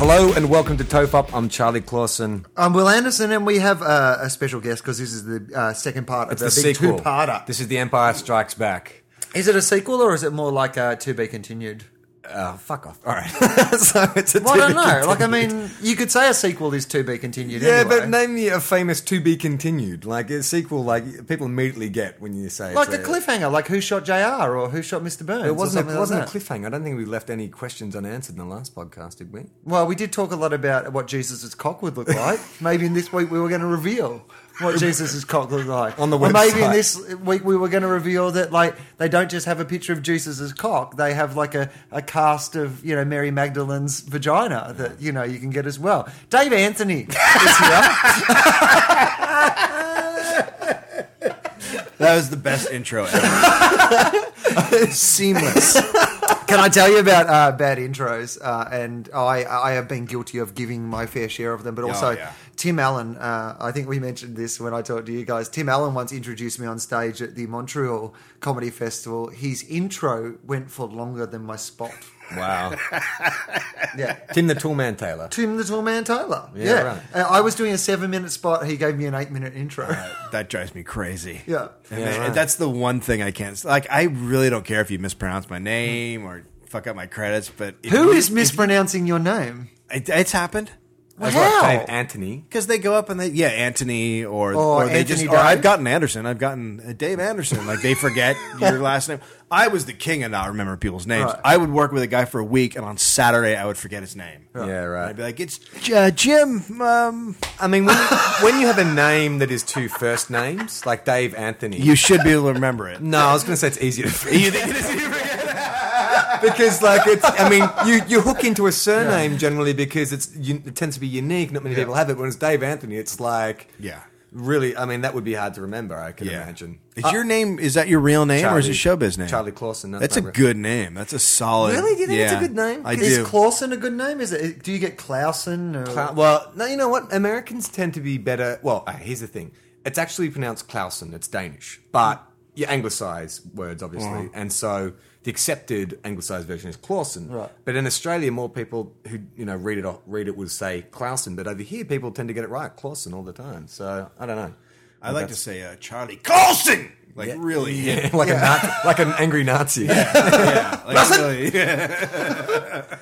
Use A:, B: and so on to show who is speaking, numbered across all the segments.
A: Hello and welcome to Tofop. I'm Charlie Clausen.
B: I'm Um, Will Anderson, and we have uh, a special guest because this is the uh, second part
A: It's
B: of
A: the
B: the, big
A: sequel.
B: two-parter.
A: This is The Empire Strikes Back.
B: Is it a sequel or is it more like a to be continued?
A: Oh, fuck off. All right. so it's a
B: Well, I
A: to
B: don't
A: be
B: know. Like, I
A: continued.
B: mean, you could say a sequel is to be continued.
A: Yeah,
B: anyway.
A: but name me a famous to be continued. Like a sequel, like people immediately get when you say
B: like
A: it's
B: the cliffhanger, like who shot Jr. or who shot Mr. Burns.
A: It wasn't,
B: or
A: a,
B: something
A: it wasn't a
B: like that.
A: cliffhanger. I don't think we left any questions unanswered in the last podcast, did we?
B: Well, we did talk a lot about what Jesus' cock would look like. maybe in this week we were going to reveal what Jesus' cock looked like.
A: On the
B: Or maybe in
A: website.
B: this week we were going to reveal that, like, they don't just have a picture of Jesus' cock. They have, like, a, a cast of, you know, Mary Magdalene's vagina that, you know, you can get as well. Dave Anthony is here.
C: That was the best intro ever.
A: Seamless.
B: Can I tell you about uh, bad intros? Uh, and I, I have been guilty of giving my fair share of them, but also
C: Oh, yeah.
B: Tim Allen. Uh, I think we mentioned this when I talked to you guys. Tim Allen once introduced me on stage at the Montreal Comedy Festival. His intro went for longer than my spot.
A: wow.
B: Yeah.
A: Tim the Toolman Taylor.
B: Tim the Tall Man Taylor. Yeah.
A: right.
B: Uh, I was doing a seven minute spot. He gave me an eight minute intro.
C: that drives me crazy.
B: Yeah.
C: I
A: Yeah,
C: mean,
A: right.
C: That's the one thing I can't. Like, I really don't care if you mispronounce my name or fuck up my credits, but if
B: Who
C: you-
B: is mispronouncing your name?
C: It, it's happened
A: That's
B: Wow.
A: right, Dave Anthony.
C: because they go up and they yeah Anthony
A: Oh,
C: or
B: Or
C: or, they
B: Anthony
C: just
B: Dave.
C: or I've gotten Anderson, I've gotten uh, Dave Anderson. Like they forget your last name. I was the king of not remembering people's names.
B: Right.
C: I would work with a guy for a week, and on Saturday I would forget his name.
A: Yeah, right.
C: I'd be like, it's uh, Jim. Um,
A: I mean, when, when you have a name that is two first names, like Dave Anthony.
C: you should be able to remember it.
A: no, I was going to say it's easier to figure
C: You think it is-
A: because like it's I mean you, you hook into a surname generally because it's you, it tends to be unique not many people have it when it's Dave Anthony it's like
C: Yeah.
A: really I mean that would be hard to remember I can
C: Yeah.
A: imagine Uh,
C: Is your name? Is that your real name or is it
A: Charlie-
C: showbiz name?
A: Charlie Clausen, that's
C: That's a
A: my re-
C: good name. That's a solid.
A: Really? Do you think it's a good name?
C: I
B: is
C: do.
B: Clausen a good name? Is it? Do you get Clausen? Or...
A: Cla- well no you know what Americans tend to be better well uh, here's the thing it's actually pronounced Clausen it's Danish but you anglicise words obviously and so the accepted anglicised version is Clausen
B: Right.
A: but in Australia more people who you know read it off- read it will say Clausen but over here people tend to get it right Clausen all the time so I don't know
C: I like to say uh, Charlie Colson. Like
A: Yeah.
C: really,
A: Yeah, like a Nazi, like an angry Nazi.
C: yeah. Like, really.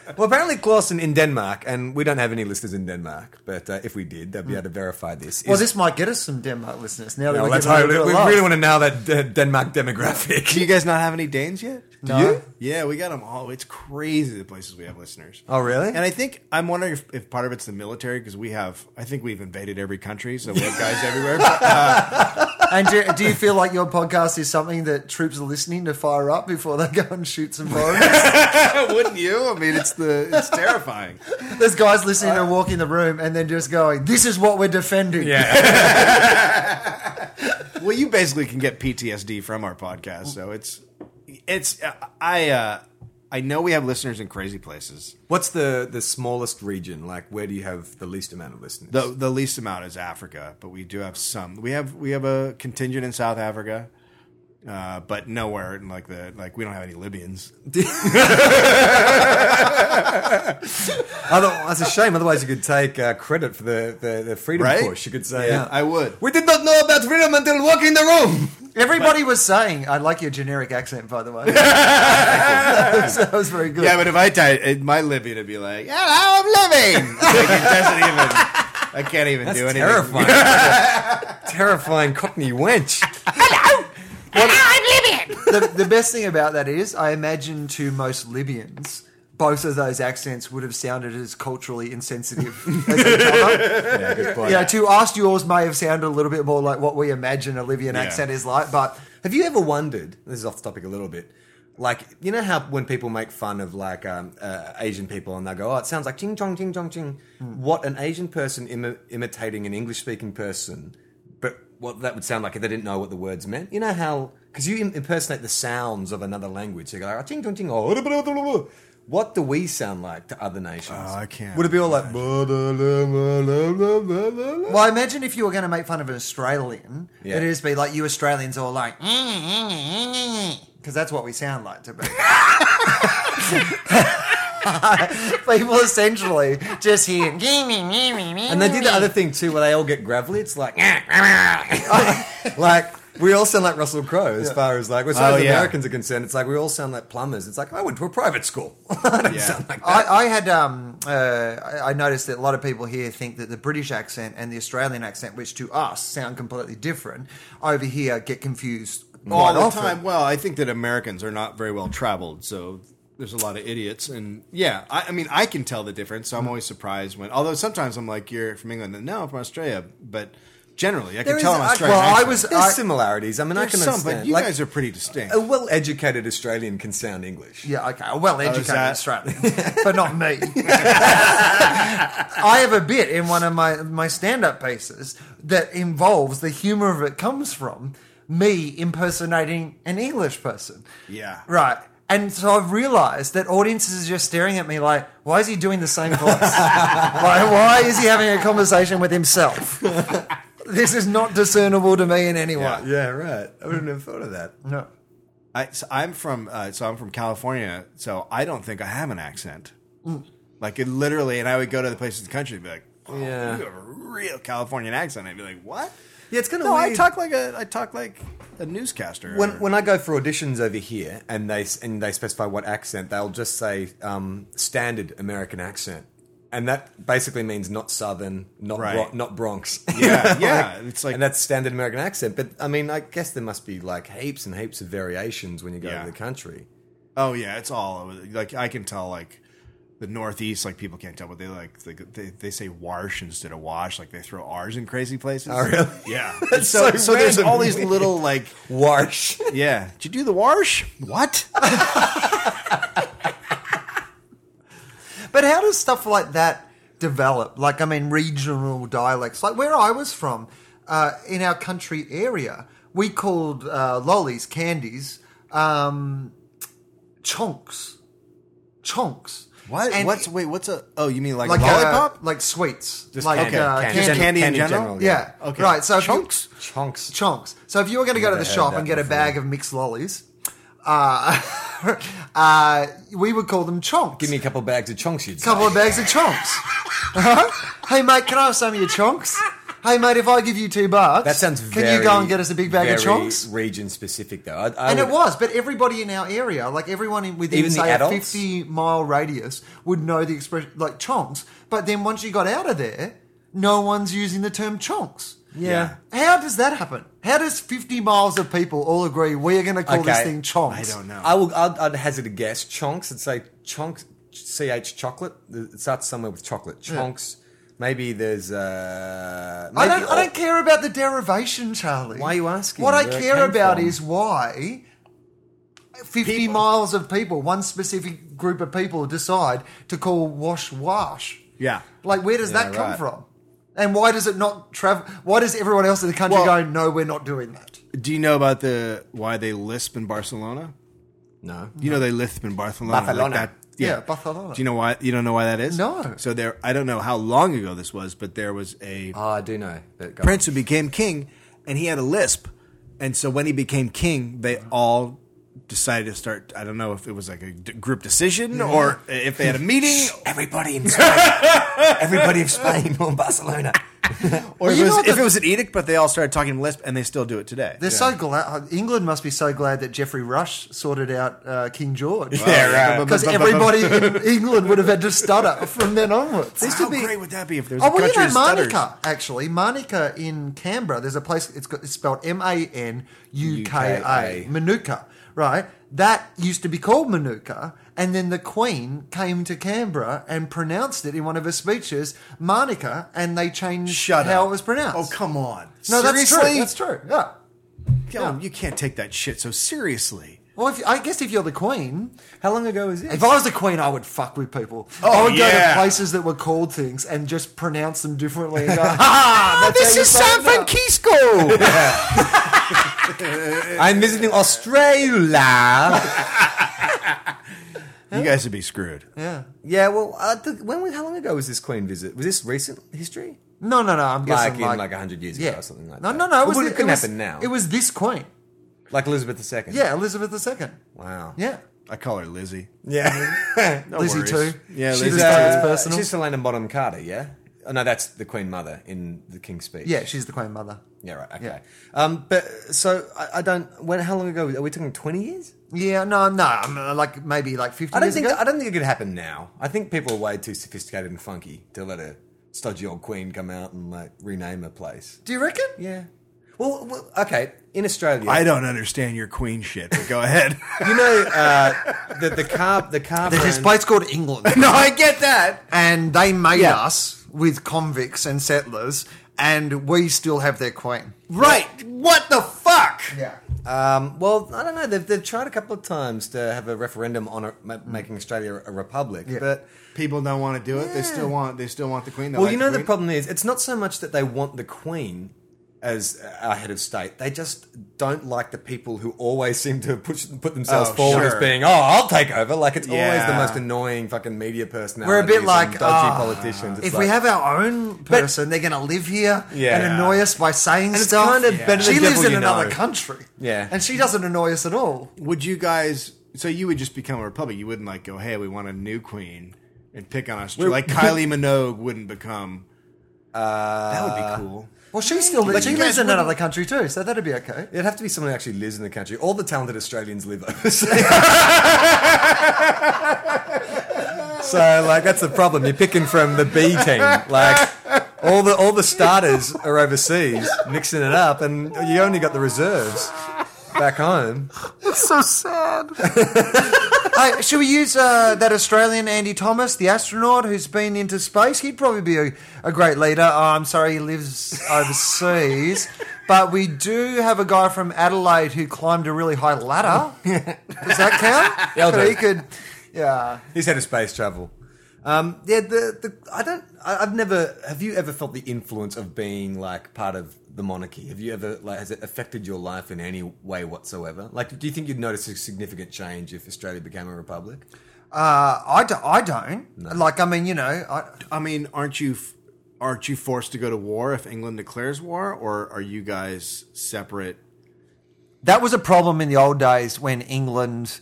A: Well, apparently Clausen in Denmark, and we don't have any listeners in Denmark, but uh, if we did, they'd be able to verify this.
B: Well,
A: Is-
B: this might get us some Denmark listeners now that
A: Well,
B: we're
A: let's
B: getting
A: hope.
B: a
A: Oh, We
B: little bit of
A: really
B: love.
A: want to know that uh, Denmark demographic.
C: Do you guys not have any Danes yet? Do
B: No.
C: you? Yeah, we got them all. It's crazy the places we have listeners.
A: Oh, really?
C: And I think I'm wondering if, if part of it's the military because we have. I think we've invaded every country, so we have guys everywhere. But, uh,
B: And do, do you feel like your podcast is something that troops are listening to fire up before they go and shoot some foreigners?
C: wouldn't you? I mean, it's the it's terrifying.
B: There's guys listening to walk in the room and then just going, "This is what we're defending."
A: yeah.
C: well, you basically can get PTSD from our podcast, so it's it's I uh, I know we have listeners in crazy places.
A: What's the the smallest region? Like, where do you have the least amount of listeners?
C: The the least amount is Africa, but we do have some. We have we have a contingent in South Africa. Uh, but nowhere in like the like we don't have any Libyans.
A: Other, that's a shame. Otherwise, you could take uh, credit for the, the, the freedom
C: Right?
A: push. You could say,
C: Yeah, I would.
A: We did not know about freedom until walking the room.
B: Everybody was saying, "I like your generic accent, by the way." that, was, that was very good.
C: Yeah, but if I died, it- my Libyan would be like, "Hello, I'm living." like, it doesn't even. I can't even do anything.
A: terrifying. terrifying Cockney wench.
B: the, the best thing about that is, I imagine to most Libyans, both of those accents would have sounded as culturally insensitive as each other.
A: Yeah, good point.
B: You know, to ask yours may have sounded a little bit more like what we imagine a Libyan
C: Yeah.
B: accent is like, but
A: Have you ever wondered? This is off topic a little bit. Like you know how when people make fun of like um, uh, Asian people and they go, "Oh, it sounds like ching chong ching chong ching."
C: Hmm.
A: What an Asian person Im- imitating an English speaking person, but what that would sound like if they didn't know what the words meant. You know how because you im- impersonate the sounds of another language. You go, "Oh, "Ching chong ching." Oh, blah, blah, blah, blah, blah." what do we sound like to other nations?
C: Oh, I can't.
A: Would it be all like? "Blah, blah, blah, blah, blah, blah, blah, blah, blah."
B: well, I imagine if you were going to make fun of an Australian,
A: Yeah.
B: it'd just be like you Australians are like, "Mm, because that's what we sound like to be. People essentially just hear.
A: And
D: And
A: they did the other thing too, where they all get gravelly. It's like, like we all sound like Russell Crowe as far as like, as far
C: Oh,
A: as
C: yeah.
A: Americans are concerned. It's like we all sound like plumbers. It's like I went to a private school. I don't
C: Yeah.
A: sound like that.
B: I, I had um, uh, I- I noticed that a lot of people here think that the British accent and the Australian accent, which to us sound completely different, over here get confused
C: all
B: quite
C: the
B: often.
C: time. Well, I think that Americans are not very well traveled, so there's a lot of idiots. And yeah, I, I mean, I can tell the difference. So I'm always surprised when, although sometimes I'm like, "You're from England," and no, I'm from Australia. But generally, I can
A: There
C: tell
A: is-
C: I'm
A: I-
C: Australian.
B: well, I
C: accent.
B: was-
A: There's
B: I-
A: similarities. I mean, I
C: There's
A: can
C: some,
A: understand.
C: but you
A: like,
C: guys are pretty distinct.
B: Oh,
A: a well-educated Australian can sound English.
B: Yeah, okay. A well-educated
C: that-
B: Australian, but not me. I have a bit in one of my my stand-up pieces that involves the humor of it comes from me impersonating an English person.
C: Yeah.
B: Right. And so I've realized that audiences are just staring at me like, why is he doing the same voice? like, why is he having a conversation with himself? this is not discernible to me in any way.
C: Yeah.
A: Yeah, right. I wouldn't have thought of that.
B: No.
C: I, so I'm from uh, so I'm from California, so I don't think I have an accent.
B: Mm.
C: Like it literally, and I would go to the places in the country and be like, oh,
A: Yeah.
C: "You have a real Californian accent." I'd be like, "What?"
A: Yeah, it's kind of
C: No,
A: weird.
C: I talk like a I talk like a newscaster.
A: when
C: or-
A: when I go for auditions over here and they and they specify what accent, they'll just say um, standard American accent, and that basically means not Southern, not
C: Right.
A: Bro- not Bronx.
C: yeah, yeah, it's like
A: and that's standard American accent. But I mean, I guess there must be like heaps and heaps of variations when you go
C: Yeah.
A: to the country.
C: Oh yeah, it's all over. like I can tell like the Northeast, like people can't tell, but they like they they, they say "wash" instead of "wash," like they throw R's in crazy places.
A: Oh, really?
C: Yeah.
A: That's
C: so
A: so
C: so, there's
A: random.
C: all these little like
A: Warsh.
C: yeah. Did you do the wash? What?
B: But how does stuff like that develop? Like, I mean, regional dialects. Like where I was from, uh, in our country area, we called uh, lollies candies um, chonks, chonks.
C: What?
B: And
C: what's wait? What's a? Oh, you mean like,
B: like
C: lollipop?
B: uh, like sweets,
A: Just
B: like
A: candy.
B: uh,
A: Candy.
B: candy.
C: Just candy, in
A: Candy in
C: general.
A: general,
B: Yeah.
C: Okay.
B: Right. So if you-
C: chunks.
A: Chunks.
B: chunks. So if you were going to go to
A: Never
B: the
A: heard
B: shop
A: that
B: and get a
A: before.
B: bag of mixed lollies, uh, uh, we would call them chonks.
A: Give me a couple bags of chunks. You'd
B: couple
A: say.
B: of bags of chunks. Huh? hey mate, can I have some of your chunks? Hey mate, if I give you two bucks,
A: That sounds.
B: Can
A: very,
B: you go and get us a big bag of chunks?
A: Region specific though. I, I
B: And
A: would-
B: it was, but everybody in our area, like everyone in, within
A: Even the
B: say a
A: adults?
B: fifty mile radius, would know the expression like chonks. But then once you got out of there, no one's using the term chonks.
A: yeah.
B: How does that happen? How does fifty miles of people all agree we are going to call this
A: Okay.
B: thing chonks?
C: I don't know.
A: I will. I'd, I'd hazard a guess. Chunks. I'd say chunks. Ch chocolate. It starts somewhere with chocolate. Chunks. Maybe there's. Uh,
B: I
A: maybe
B: don't, I don't care about the derivation, Charlie.
A: Why are you asking
B: What I
A: where it
B: care
A: came
B: about
A: from?
B: is why 50
A: People-
B: miles of people, one specific group of people, decide to call wash wash.
C: Yeah.
B: Like, where does that
C: Yeah,
B: come
C: right.
B: from? And why does it not travel? Why does everyone else in the country
C: Well-
B: go, no, we're not doing that?
C: Do you know about the why they lisp in Barcelona?
A: No.
C: You know they lisp in Barcelona.
A: Barcelona.
C: yeah.
B: Yeah, Barcelona.
C: Do you know why? You don't know why that is?
B: No.
C: So there, I don't know how long ago this was, but there was a
A: Oh, I do know. That guy.
C: prince who became king, and he had a lisp, and so when he became king, they all decided to start. I don't know if it was like a d- group decision or if they had a meeting,
A: Everybody in Spain. Everybody of Spain on Barcelona.
C: or if,
B: you
C: it was,
B: know
C: if
B: that-
C: it was an edict. But they all started talking in lisp, and they still do it today.
B: They're so glad. England must be so glad that Geoffrey Rush sorted out uh, King George.
A: Yeah, right.
B: Because everybody in England would have had to stutter from then onwards.
C: How great would that be if there was
B: Oh,
C: a
B: well, you
C: country
B: know,
C: that stutters?
B: Manuka, actually. Manuka in Canberra, there's a place, it's, got, it's spelled M A N U K
A: UKA.
B: A, Manuka, right? That used to be called Manuka, and then the Queen came to Canberra and pronounced it in one of her speeches, Manuka, and they changed
C: Shut
B: how
C: up.
B: it was pronounced.
C: Oh come on!
B: No, that's true.
C: Seriously?
B: That's true. Yeah.
C: Come on, you can't take that shit so seriously.
B: Well, if, I guess if you're the Queen,
A: How long ago was this?
B: If I was the queen, I would fuck with people. I would go to
C: Oh, yeah.
B: places that were called things and just pronounce them differently. And go, ah,
C: this is San Francisco.
A: I'm visiting Australia.
C: you guys would be screwed.
B: Yeah.
A: yeah, well, uh, the, when we, how long ago was this Queen visit? Was this recent history?
B: No, no, no. I'm
A: Like
B: guessing
A: in
B: like,
A: like hundred years ago
B: yeah,
A: or something like
B: no,
A: that.
B: No, no,
A: But
B: It was
A: would-
B: thi-
A: it couldn't
B: was-
A: happen now.
B: It was this queen.
A: like Elizabeth II.
B: Yeah, Elizabeth II.
A: Wow.
B: Yeah.
C: I call her Lizzie.
A: Yeah.
C: No
B: Lizzie
C: worries.
B: too.
C: Yeah,
B: She
C: Lizzie.
B: just takes it
A: Uh,
B: personal.
A: She's Helena Bonham Carter, yeah? Oh, no, that's the Queen Mother in the King's Speech.
B: yeah, she's the Queen Mother.
A: Yeah, right. Okay.
B: Yeah.
A: Um, but so I, I don't. When? How long ago? Are we talking twenty years?
B: Yeah, no, no, I'm uh, like maybe like 50
A: I don't
B: years
A: think.
B: ago.
A: I don't think it could happen now. I think people are way too sophisticated and funky to let a stodgy old queen come out and like rename a place.
B: Do you reckon?
A: Yeah. Well, well okay. In Australia,
C: I don't understand your queen shit, but go ahead.
A: you know uh, the the car the car
B: There's this
A: brand-
B: place called England.
C: no, I get that.
B: and they made
C: Yeah.
B: us with convicts and settlers, and we still have their queen.
C: Right. What the fuck?
B: Yeah.
A: Um, well, I don't know. They've, they've tried a couple of times to have a referendum on a, ma- making Australia a republic,
B: Hmm. Yeah.
A: but
C: People don't want to do it. They still
A: Yeah.
C: want. They still want the queen. They
A: Well,
C: like
A: you know
C: the
A: the
C: queen.
A: problem is it's not so much that they want the queen as our head of state. They just don't like the people who always seem to push, put themselves
C: Oh,
A: forward
C: sure.
A: as being, "Oh, I'll take over." Like it's always the
C: Yeah.
A: most annoying fucking media personality.
B: like,
A: dodgy
B: "Ah,
A: politicians. It's
B: If we
A: like-
B: have our own person, they're going to live here
A: Yeah.
B: and annoy us by saying
A: it's
B: stuff.
A: kind of Yeah. better the
B: she lives
A: devil
B: in
A: you
B: another
A: know.
B: country.
A: Yeah.
B: And she doesn't annoy us at all.
C: Would you guys? So you would just become a republic. You wouldn't like go, hey, we want a new queen and pick on Australia. Like Kylie Minogue wouldn't become. Uh, that would be cool.
B: Well, she still lives.
A: But
B: She
A: you
B: lives
A: guys
B: in
A: wouldn't-
B: another country too, so that'd be okay.
A: It'd have to be someone who actually lives in the country. All the talented Australians live overseas. so, like, that's the problem. You're picking from the B team. Like, all the all the starters are overseas, mixing it up, and you only got the reserves back home.
B: It's so sad. hey, should we use uh, that Australian Andy Thomas, the astronaut who's been into space? He'd probably be a, a great leader. Oh, I'm sorry, he lives overseas. But we do have a guy from Adelaide who climbed a really high ladder. Does that count?
A: Yeah, I'll
B: So
A: do it.
B: he could, yeah.
A: He's head of space travel. Um, yeah, the, the I don't. I, I've never. Have you ever felt the influence of being like part of the monarchy? Have you ever like has it affected your life in any way whatsoever? Like, do you think you'd notice a significant change if Australia became a republic?
B: Uh, I, do, I don't. Like, I mean, you know, I,
C: I mean, aren't you? f- Aren't you forced to go to war if England declares war, or are you guys separate?
B: that was a problem in the old days when England,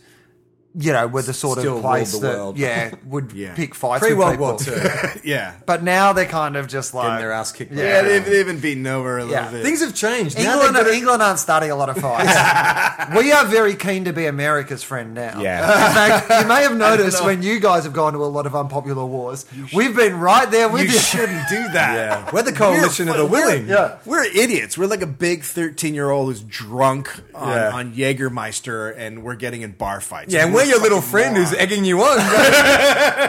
B: you know, were the sort
A: Still
B: of
A: ruled
B: place
A: the
B: that
A: world.
B: yeah would
C: Yeah.
B: pick fights
A: Pre
B: with
A: World
B: people.
A: War Two,
C: Yeah,
B: But now they're kind of just
A: getting
B: like
A: their ass kicked. by
C: yeah,
A: the
C: they've,
A: British.
C: they've been beaten over a little
B: Yeah.
C: bit.
A: things have changed. Now
B: England,
A: they've got a-
B: England aren't starting a lot of fights. we are very keen to be America's friend now.
A: Yeah.
B: In fact, you may have noticed when you guys have gone to a lot of unpopular wars, we've been right there with
C: you
B: you.
C: shouldn't do that.
A: yeah, we're the coalition of the willing.
B: Yeah.
C: We're idiots. We're like a big 13 year old who's drunk on,
A: Yeah.
C: on Jägermeister and we're getting in bar fights.
A: Yeah, and we're your little
C: fucking
A: friend who's
C: moron.
A: egging you on.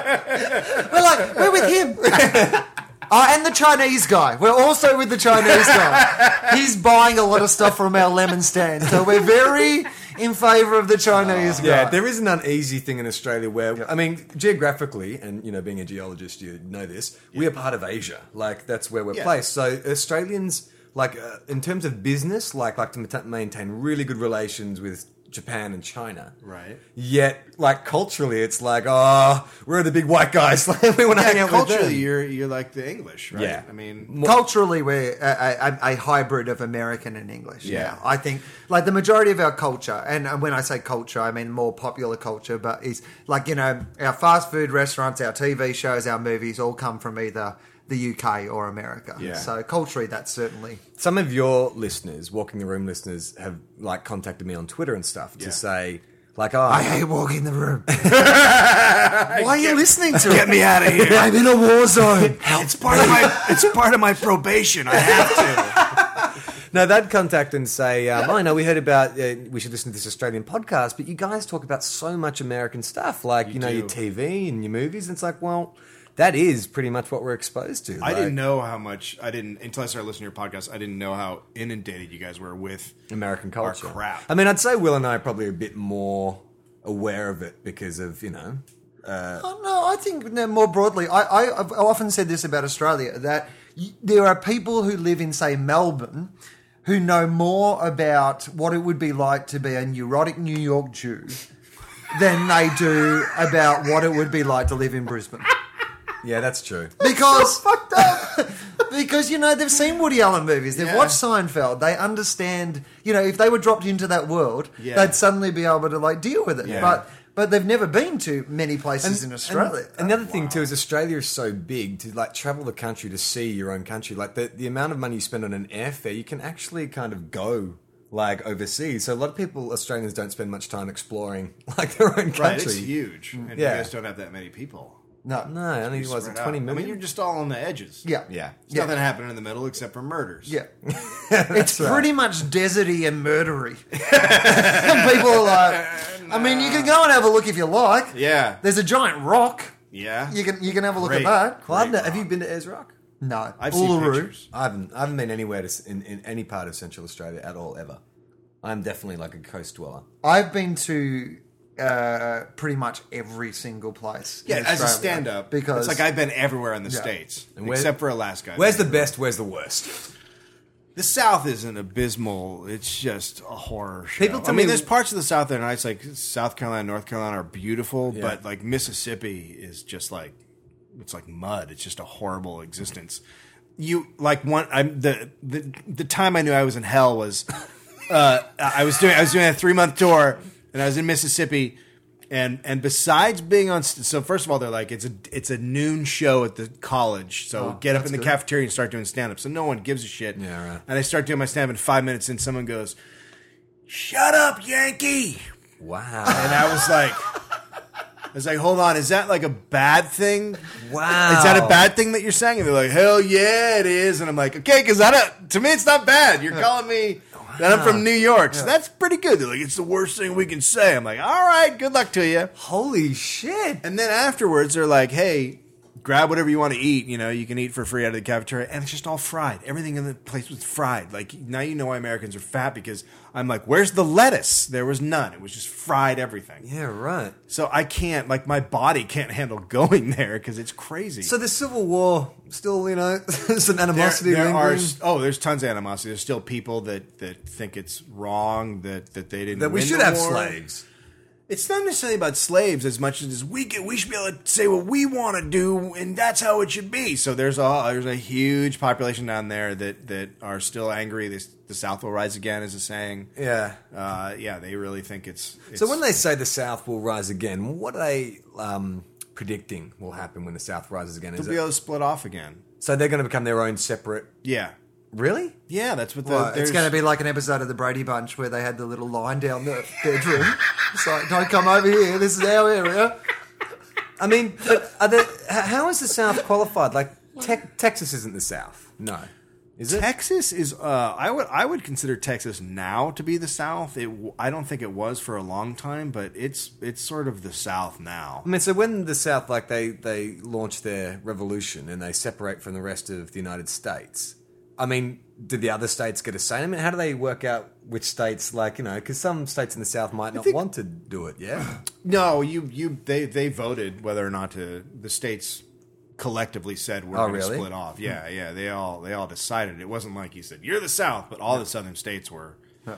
B: We're like, we're with him. Oh, and the Chinese guy. We're also with the Chinese guy. He's buying a lot of stuff from our lemon stand. So we're very in favor of the Chinese guy.
A: Oh, Yeah, there is an uneasy thing in Australia where I mean, geographically, and you know, being a geologist, you know this. We are part of Asia, like that's where we're
C: Yeah.
A: placed. So Australians, like uh, in terms of business, like like to mata- maintain really good relations with Japan and China,
C: Right.
A: Yet, like culturally, it's like, oh, we're the big white guys. Like we want to hang
C: Yeah,
A: out with
C: culturally,
A: them.
C: you're, you're like the English, right?
A: Yeah.
C: I mean,
A: More-
B: Culturally, we're a, a, a hybrid of American and English. Yeah.
C: Yeah.
B: I think like the majority of our culture, and when I say culture, I mean more popular culture, but is like you know our fast food restaurants, our TV shows, our movies all come from either the UK or America.
C: Yeah.
B: So culturally, that's certainly
A: some of your listeners, walking the room listeners, have like contacted me on Twitter and stuff to
C: Yeah.
A: say, like, oh,
B: I hate walking the room. Why are you listening to
C: get
B: it?
C: me out of here.
B: I'm in a war zone.
C: It's part of my it's part of my probation. I have to.
A: No, they'd contact and say, um, I know we heard about, uh, we should listen to this Australian podcast, but you guys talk about so much American stuff, like, you, know,
C: do.
A: your TV and your movies. And it's like, well, that is pretty much what we're exposed to.
C: I didn't know how much I didn't until I started listening to your podcast. I didn't know how inundated you guys were with
A: American
C: our
A: culture.
C: crap.
A: I mean, I'd say Will and I are probably a bit more aware of it because of, you know,
B: Oh, no, I think no, more broadly, I, I, I've often said this about Australia that y- there are people who live in, say, Melbourne, who know more about what it would be like to be a neurotic New York Jew than they do about what it would be like to live in Brisbane.
A: yeah, that's true.
B: Because fucked up. because you know they've seen Woody Allen movies, they've
C: Yeah.
B: watched Seinfeld, they understand. You know, if they were dropped into that world,
C: Yeah.
B: they'd suddenly be able to like deal with it.
C: Yeah.
B: But but they've never been to many places in Australia.
A: And, and the other thing too is Australia is so big to like travel the country to see your own country. Like the the amount of money you spend on an airfare, you can actually kind of go like overseas. So a lot of people Australians don't spend much time exploring like their own country.
C: Right, it's huge, and you
A: Yeah.
C: guys don't have that many people.
B: no,
A: No, I think it was
C: Spread out.
A: twenty
C: I
A: million.
C: mean, you're just all on the edges.
B: yeah,
A: yeah.
C: There's nothing happening in the middle except for murders.
B: yeah. it's pretty much deserty and murdery. and people are like, I mean, you can go and have a look if you like.
C: yeah,
B: There's a giant rock.
C: yeah.
B: You can you can have a look
C: Great.
B: at that.
A: Well, I've
C: Great
A: ne- have
C: rock.
A: you been to Ayers Rock?
B: No,
C: I've seen
B: Uluru.
C: pictures.
A: I haven't. I haven't been anywhere to, s- in, in any part of Central Australia at all ever. I'm definitely like a coast dweller.
B: I've been to uh, pretty much every single place. in
C: Yeah, as a
B: Australia
C: stand-up,
B: because
C: because it's like I've been everywhere in the states
A: And where-
C: except for Alaska.
A: Where's the best? Where's the worst?
C: The South isn't abysmal. It's just a horror show.
A: People tell
C: I mean,
A: me-
C: there's parts of the South that are nice, like South Carolina, North Carolina are beautiful,
A: Yeah.
C: but like Mississippi is just like it's like mud. It's just a horrible existence. You like one? I'm the the the time I knew I was in hell was uh, I was doing I was doing a three month tour and I was in Mississippi. And and besides being on, st- so first of all, they're like it's a it's a noon show at the college, so get up in the cafeteria and start doing stand up. So no one gives a shit.
A: Oh, Yeah, right.
C: And I start doing my stand up in five minutes, and someone goes, "Shut up, Yankee!"
A: Wow!
C: And I was like, I was like, hold on, is that like a bad thing?
A: wow!
C: Is that a bad thing that you're saying? And they're like, hell yeah, it is. And I'm like, okay, because I don't. To me, it's not bad. You're calling me that I'm from New York, so that's pretty good. They're like, it's the worst thing we can say. I'm like, all right, good luck to you.
A: Holy shit!
C: And then afterwards, they're like, hey, grab whatever you want to eat. You know, you can eat for free out of the cafeteria. And it's just all fried. Everything in the place was fried. Like, now you know why Americans are fat because I'm like, where's the lettuce? There was none. It was just fried everything.
A: Yeah, right.
C: So I can't, like, my body can't handle going there because it's crazy.
A: So the Civil War still, you know, some
C: there,
A: animosity
C: there are
A: lingering.
C: s- oh, there's tons of animosity. There's still people that, that think it's wrong that, that they didn't
A: that we
C: win
A: should
C: the
A: have
C: war.
A: slaves.
C: It's not necessarily about slaves as much as we get, we should be able to say what we want to do, and that's how it should be. So there's a there's a huge population down there that that are still angry. This, the South will rise again, is a saying.
A: Yeah.
C: Uh, yeah, they really think it's, it's
A: So when they say the South will rise again, what are they um, predicting will happen when the South rises again? Is
C: they'll be
A: it,
C: able to split off again.
A: so they're going to become their own separate.
C: Yeah,
A: Really?
C: yeah, that's what the,
B: Well, it's
C: there's-
B: going to be like an episode of The Brady Bunch where they had the little line down the bedroom. it's like, don't come over here. This is our area.
A: I mean, but are there, h- how is the South qualified? Like, Tex Texas isn't the South. No. Is it?
C: Texas is. Uh, I would I would consider Texas now to be the South. It w- I don't think it was for a long time, but it's it's sort of the South now.
A: I mean, so when the South, like, they, they launch their revolution and they separate from the rest of the United States, I mean, do the other states get a say? I mean, how do they work out which states, like, you know, because some states in the South might not
C: think-
A: want to do it, yeah?
C: No, you you they they voted whether or not to the states collectively said we're
A: Oh,
C: going to
A: really?
C: split off. Yeah, yeah, they all they all decided. It wasn't like he said you're the South, but all the southern states were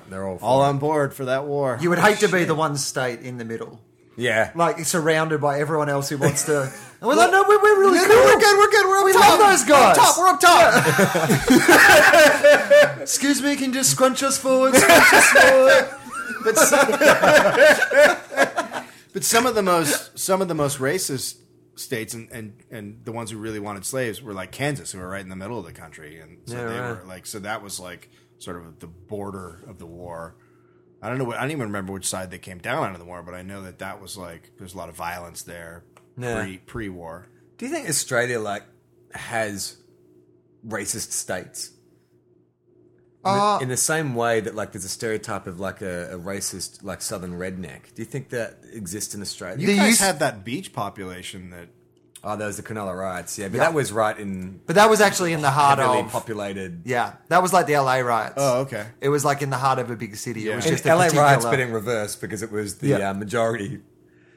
A: They're all.
C: all on board for that war.
B: You would hate to be the one state in the middle.
A: yeah.
B: Like, surrounded by everyone else who wants to. And we're like, no, we're, we're really
A: Yeah,
B: cool.
A: no, we're good, we're good, we're up
B: We
A: top.
B: love those guys.
A: Up top, we're up top.
B: Excuse me, can you just scrunch us forward? Scrunch us forward.
C: but some, but some of the most some of the most racist states and, and and the ones who really wanted slaves were like Kansas, who were right in the middle of the country, and so
A: Yeah,
C: they
A: right.
C: were like so that was like sort of the border of the war. I don't know. What, I don't even remember which side they came down on in the war, but I know that that was like there's a lot of violence there
A: Yeah.
C: pre pre war.
A: Do you think Australia like has racist states? In the-
B: Uh,
A: in the same way that like there's a stereotype of like a, a racist like southern redneck. Do you think that exists in Australia?
C: You
B: They
C: guys
B: used-
C: had that beach population that
A: oh, there was the Cronulla riots, yeah, but that was right in
B: But that was actually in the heart
A: heavily
B: of.
A: populated.
B: Yeah, that was like the LA riots.
C: Oh, okay.
B: It was like in the heart of a big city. It
C: Yeah.
B: was
A: In
B: just a
A: LA
B: particular...
A: riots, but in reverse because it was the
B: Yeah.
A: uh, majority.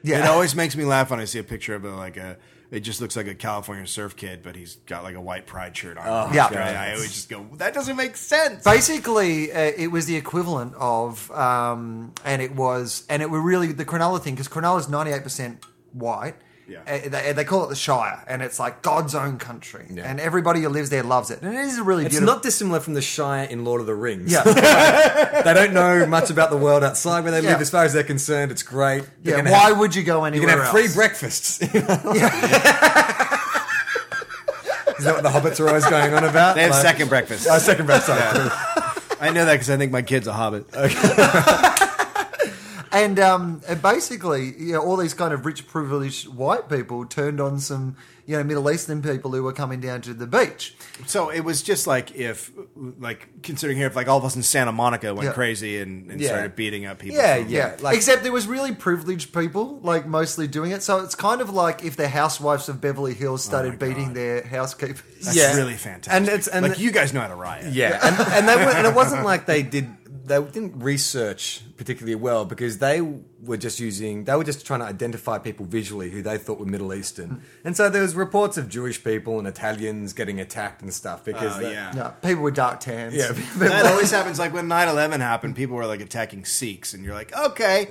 B: yeah.
C: It always makes me laugh when I see a picture of a, like a. It just looks like a California surf kid, but he's got like a white pride shirt on.
B: Yeah.
C: Right? I always just go, that doesn't make sense.
B: basically uh, it was the equivalent of um, and it was and it were really the cronulla thing because cronulla is 98% white Uh,
C: Yeah.
B: they, they call it the Shire, and it's like God's own country,
A: Yeah.
B: and everybody who lives there loves it. And it is a really
A: It's
B: beautiful.
A: not dissimilar from the Shire in Lord of the Rings.
B: yeah,
A: they don't know much about the world outside where they
B: Yeah.
A: live. As far as they're concerned, it's great. They're
B: yeah.
A: gonna
B: Why
A: have-
B: would you go anywhere
A: You're gonna have free
B: else?
A: breakfasts. Is that what the hobbits are always going on about?
C: They have
A: Like-
C: second breakfast.
A: Oh, second breakfast. sorry.
C: I know that because I think my kid's a hobbit.
B: And um, and basically, you know, all these kind of rich, privileged white people turned on some, you know, Middle Eastern people who were coming down to the beach.
C: So it was just like if, like considering here, if like all of us in Santa Monica went
B: Yeah.
C: crazy and, and
A: Yeah.
C: started beating up people.
A: Yeah,
C: from-
A: yeah. Like,
B: Except there was really privileged people, like mostly doing it. So it's kind of like if the housewives of Beverly Hills
C: Oh
B: started beating their housekeepers.
C: That's
A: Yeah.
C: really fantastic.
A: And it's- and
C: like
A: the-
C: you guys know how to riot.
A: yeah, and, and they were, and it wasn't like they did. They didn't research particularly well because they were just using. They were just trying to identify people visually who they thought were Middle Eastern, and so there was reports of Jewish people and Italians getting attacked and stuff because
C: Oh,
A: they-
C: yeah.
B: No, people with dark tans.
A: Yeah.
C: that always happens. Like when 9 11 happened, people were like attacking Sikhs, and you're like, okay,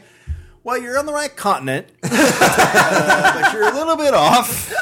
C: well, you're on the right continent, uh, but you're a little bit off.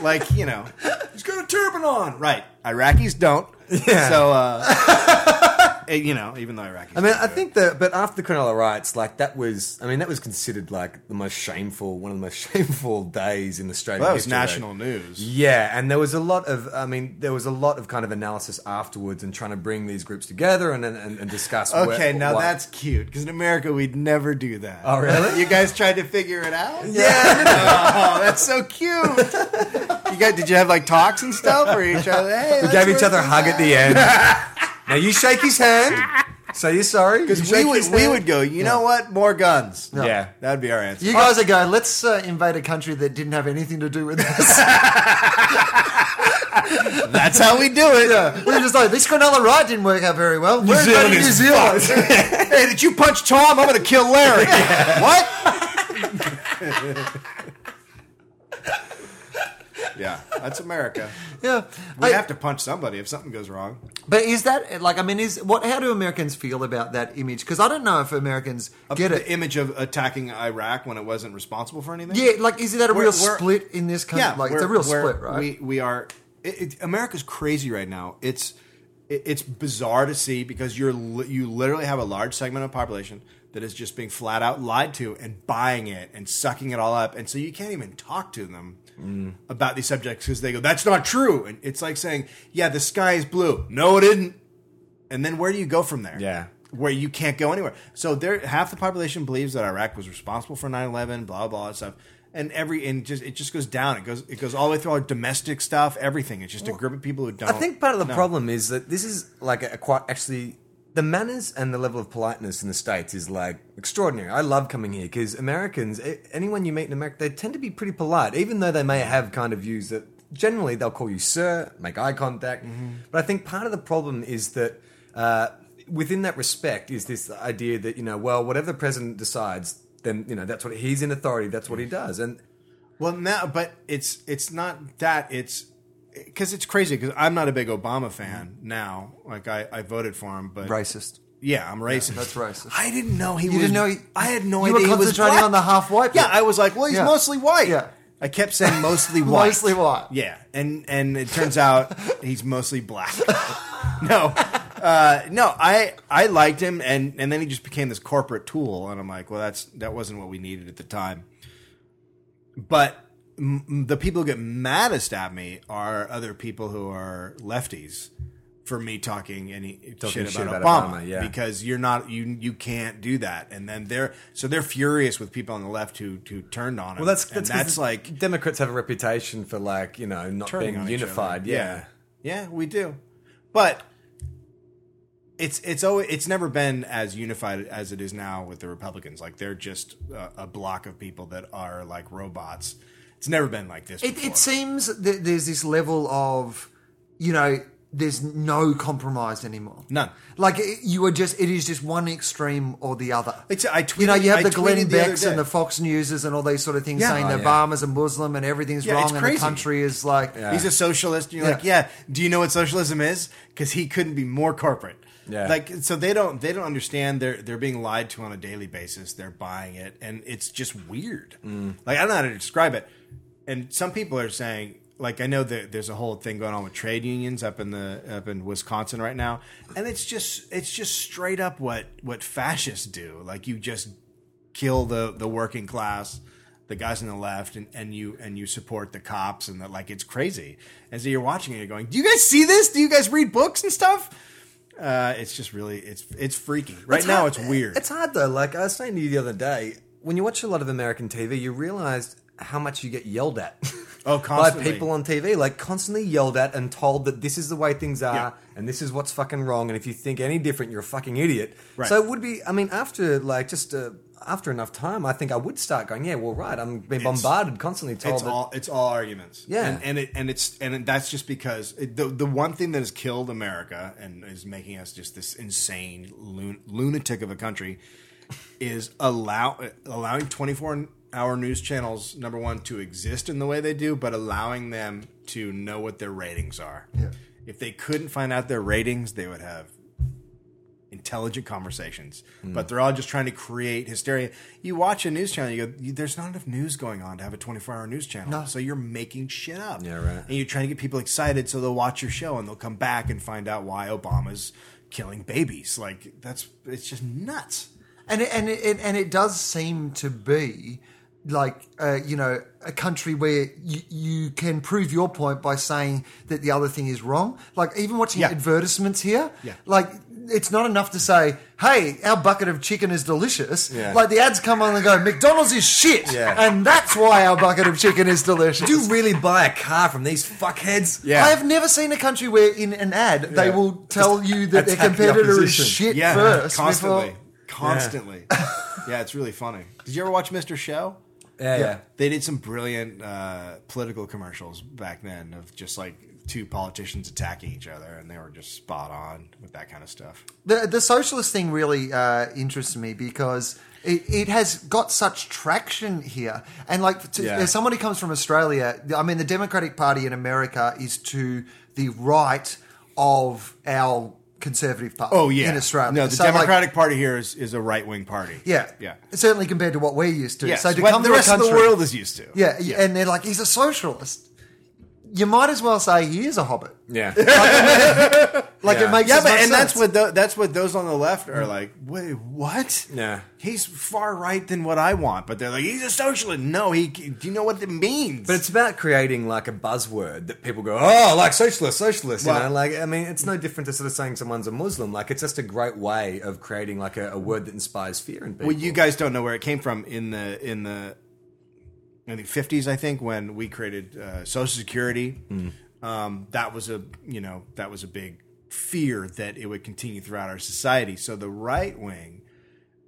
C: Like, you know,
A: he's got a turban on.
C: right. Iraqis don't.
A: Yeah.
C: So, uh, eh, you know, even though Iraqis.
A: I mean,
C: don't
A: I
C: do it.
A: think that, but after the Cronulla riots, like that was, I mean, that was considered like the most shameful, one of the most shameful days in Australian.
C: Well, that was
A: history, right?
C: national news.
A: Yeah, and there was a lot of, I mean, there was a lot of kind of analysis afterwards and trying to bring these groups together and and, and discuss. where-
C: Okay, now
A: what-
C: that's cute because in America we'd never do that.
A: Oh, really?
C: You guys tried to figure it out?
A: yeah.
C: Oh, that's so cute. you guys, did you have like talks and stuff, or each other? Hey,
A: we
C: let's
A: gave each
C: work
A: other a
C: this
A: hug
C: out."
A: at the end. now you shake his hand, say you're sorry you
C: Because we
A: shake
C: would,
A: his
C: we
A: hand.
C: would go, you know what? More guns.
A: Yeah. Yeah.
C: That'd be our answer.
B: You guys are going, let's uh, invade a country that didn't have anything to do with us.
C: That's how we do it.
B: we were just like, this granola ride didn't work out very well. We're invading New Zealand.
C: hey, did you punch Tom? I'm going to kill Larry. what? yeah, that's America.
B: Yeah.
C: We
B: I-
C: have to punch somebody if something goes wrong.
B: But is that like I mean is what how do Americans feel about that image cuz I don't know if Americans get
C: the
B: it.
C: image of attacking Iraq when it wasn't responsible for anything.
B: Yeah, like is that a
C: We're-
B: real
C: we're-
B: split in this country? like it's a
C: we're-
B: real
C: we're-
B: split, right?
C: We we are. It, it, America's crazy right now. It's it, it's bizarre to see because you're li- you literally have a large segment of the population that is just being flat out lied to and buying it and sucking it all up, and so you can't even talk to them
B: Mm.
C: about these subjects because they go, "That's not true," and it's like saying, "Yeah, the sky is blue." No, it isn't. And then where do you go from there?
A: Yeah.
C: Where you can't go anywhere. So there half the population believes that Iraq was responsible for 9/11, blah blah and stuff. And every and just it just goes down. It goes it goes all the way through our domestic stuff, everything. It's just a group of people who don't
A: I think part of the
C: know.
A: problem is that this is like a, quite actually the manners and the level of politeness in the states is like extraordinary. I love coming here because Americans, a- anyone you meet in America, they tend to be pretty polite, even though they may have kind of views that generally they'll call you sir, make eye contact. But I think part of the problem is that. Uh, Within that respect is this idea that you know, well, whatever the president decides, then you know that's what he's in authority. That's what he does, and
C: Well, now, but it's it's not that it's because it's crazy because I'm not a big Obama fan
B: Mm-hmm.
C: now. Like I, I voted for him, but
B: Racist.
C: Yeah, I'm racist.
B: that's racist.
C: I didn't know he
B: You
C: was.
B: didn't know he-
C: I had no
B: you were
C: idea. he was
B: concentrating
C: black.
B: on the half-white
C: Yeah,
B: bit.
C: I was like, well, he's
B: Yeah.
C: mostly white.
B: Yeah.
C: I kept saying mostly white.
B: Mostly white.
C: Yeah, and and it turns out he's mostly black. no, uh, no, I I liked him, and and then he just became this corporate tool, and I'm like, well, that's that wasn't what we needed at the time. But m- m- the people who get maddest at me are other people who are lefties for me talking any shit,
A: shit
C: about,
A: about
C: Obama,
A: Obama, yeah.
C: because you're not you you can't do that, and then they're so they're furious with people on the left who who turned on him.
A: Well, that's
C: and
A: that's, 'cause
C: that's like
A: Democrats have a reputation for like you know not
C: turning
A: being
C: on each other.
A: unified. Yeah.
C: yeah, Yeah, we do. But it's it's always it's never been as unified as it is now with the Republicans. Like they're just a, a block of people that are like robots. It's never been like this.
B: It,
C: before.
B: it seems that there's this level of, you know, there's no compromise anymore.
C: None.
B: Like it- you are just, it is just one extreme or the other.
C: It's- I tweeted,
B: you know, you have
C: I
B: the
C: tweeted
B: Glenn
C: other
B: Becks
C: day.
B: and the Fox Newses and all these sort of things
C: Yeah.
B: saying
A: Oh,
B: that
A: yeah.
B: Obama's a Muslim and everything's
C: Yeah, it's
B: wrong and the
C: crazy.
B: country is like,
C: He's a socialist. And you're
B: Yeah.
C: like, yeah. Do you know what socialism is? Because he couldn't be more corporate.
A: Yeah.
C: Like so they don't they don't understand they're they're being lied to on a daily basis. They're buying it, and it's just weird. Like I don't know how to describe it. and some people are saying like I know that there's a whole thing going on with trade unions up in the up in Wisconsin right now, and it's just it's just straight up what what fascists do. Like you just kill the the working class, the guys on the left, and, and you and you support the cops, and that like it's crazy. And so you're watching it, you're going, do you guys see this? Do you guys read books and stuff? Uh, it's just really it's it's freaky. Right
A: It's
C: now,
A: hard-
C: it's weird.
A: It's hard though. Like I was saying to you the other day, when you watch a lot of American TV, you realize how much you get yelled at.
C: Oh, constantly.
A: by people on TV, like constantly yelled at and told that this is the way things are
C: Yeah.
A: and this is what's fucking wrong. And if you think any different, you're a fucking idiot.
C: Right.
A: So it would be. I mean, after like just. Uh, after enough time, I think I would start going. Yeah, well, right. I'm being
C: It's-
A: bombarded constantly. Told
C: it's
A: that-
C: all it's all arguments.
A: Yeah.
C: and, and it and it's and that's just because it, the the one thing that has killed America and is making us just this insane lun- lunatic of a country is allow allowing twenty four hour news channels number one to exist in the way they do, but allowing them to know what their ratings are.
B: Yeah.
C: If they couldn't find out their ratings, they would have intelligent conversations,
A: Hmm.
C: but they're all just trying to create hysteria. You watch a news channel, you go, "You- there's not enough news going on to have a 24 hour news channel. So you're making shit up.
A: Yeah, right.
C: And you're trying to get people excited so they'll watch your show and they'll come back and find out why Obama's killing babies. Like, that's, it's just nuts.
B: and it, and it, it and it does seem to be like uh, you know a country where you, you can prove your point by saying that the other thing is wrong. Like even watching
C: Yeah.
B: advertisements here,
C: Yeah.
B: like it's not enough to say, "Hey, our bucket of chicken is delicious."
A: Yeah.
B: Like the ads come on and go, "McDonald's is shit,"
A: Yeah.
B: and that's why our bucket of chicken is delicious.
A: Do you really buy a car from these fuckheads?
C: Yeah.
B: I have never seen a country where in an ad they
A: Yeah.
B: will tell you that their
A: attack the
B: competitor is
A: opposition.
B: shit
C: Yeah.
B: first.
C: constantly.
B: before-
C: Constantly. yeah, it's really funny. Did you ever watch Mr. Show?
A: Yeah, yeah.
C: They did some brilliant uh, political commercials back then of just like two politicians attacking each other, and they were just spot on with that kind of stuff.
B: The the socialist thing really uh, interests me because it, it has got such traction here. And like, to,
A: Yeah.
B: as someone who comes from Australia, I mean, the Democratic Party in America is to the right of our Conservative Party. in Australia.
C: Oh, No, the
B: So, like,
C: Democratic Party here is, is a right wing party.
B: yeah,
C: yeah.
B: certainly compared to what we're used to.
C: Yes,
B: So to
C: what
B: come
C: the
B: to
C: rest
B: a country,
C: of the world is used to.
B: yeah, and they're like, he's a socialist. You might as well say he is a hobbit.
A: yeah.
B: Like
A: Yeah.
B: it makes
C: yeah,
B: as
C: but
B: much
C: and that's
B: sense.
C: what tho- that's what those on the left are like. Wait, what?
A: Yeah.
C: he's far right than what I want, but they're like he's a socialist. No, he. Do you know what it means?
A: But it's about creating like a buzzword that people go, oh, like socialist, socialist. You
C: Well-
A: know, like I mean, it's no different to sort of saying someone's a Muslim. Like it's just a great way of creating like a, a word that inspires fear in people.
C: Well, you guys don't know where it came from in the in the in the fifties, I think, when we created uh, Social Security. Um, that was a you know that was a big fear that it would continue throughout our society. So the right wing,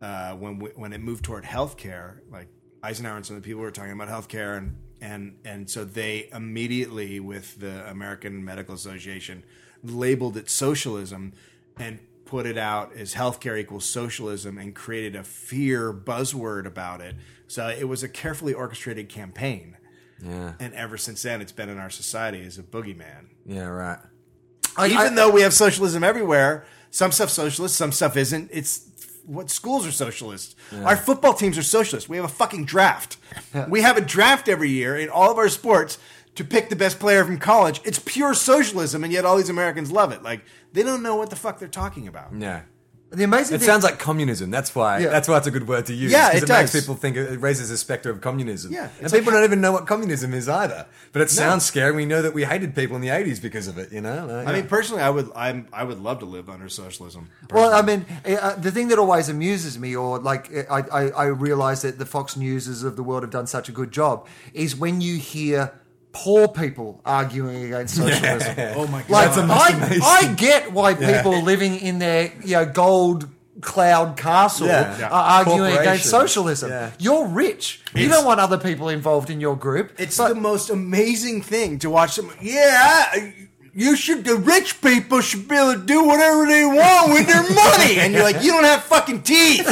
C: uh, when we, when it moved toward healthcare, like Eisenhower and some of the people were talking about healthcare, and and and so they immediately with the American Medical Association labeled it socialism and put it out as healthcare equals socialism and created a fear buzzword about it. So it was a carefully orchestrated campaign.
A: yeah,
C: And ever since then, it's been in our society as a boogeyman.
A: yeah, right.
B: I-
C: Even
B: I-
C: though we have socialism everywhere, some stuff's socialist, some stuff isn't. It's what schools are socialist. Our football teams are socialist. We have a fucking draft. We have a draft every year in all of our sports to pick the best player from college. It's pure socialism, and yet all these Americans love it. Like they don't know what the fuck they're talking about.
A: Yeah.
B: the amazing
A: It
B: thing
A: sounds like communism. That's why.
B: Yeah.
A: That's why it's a good word to use.
C: Yeah,
A: 'cause it,
C: it
A: makes
C: does.
A: people think it raises the specter of communism.
C: Yeah,
A: and
C: it's
A: people don't even know what communism is either. But it sounds scary. We know that we hated people in the eighties because of it. You know. Like,
C: I mean, personally, I would I'm, I would love to live under socialism.
B: Well, I
C: personally.
B: mean, uh, the thing that always amuses me, or like eh, I, I, I realize that the Fox Newses of the world have done such a good job, is when you hear poor people arguing against socialism.
C: oh my god,
B: Like,
A: That's
B: I,
A: amazing.
B: I get why people living in their you know gold cloud castle
A: Yeah. Yeah.
B: are arguing against
A: Corporations.
B: socialism.
A: Yeah.
B: You're rich. you
C: It's-
B: don't want other people involved in your group.
C: It's
B: But-
C: the most amazing thing to watch someone. Yeah, you should. The rich people should be able to do whatever they want with their money. And you're like, you don't have fucking teeth.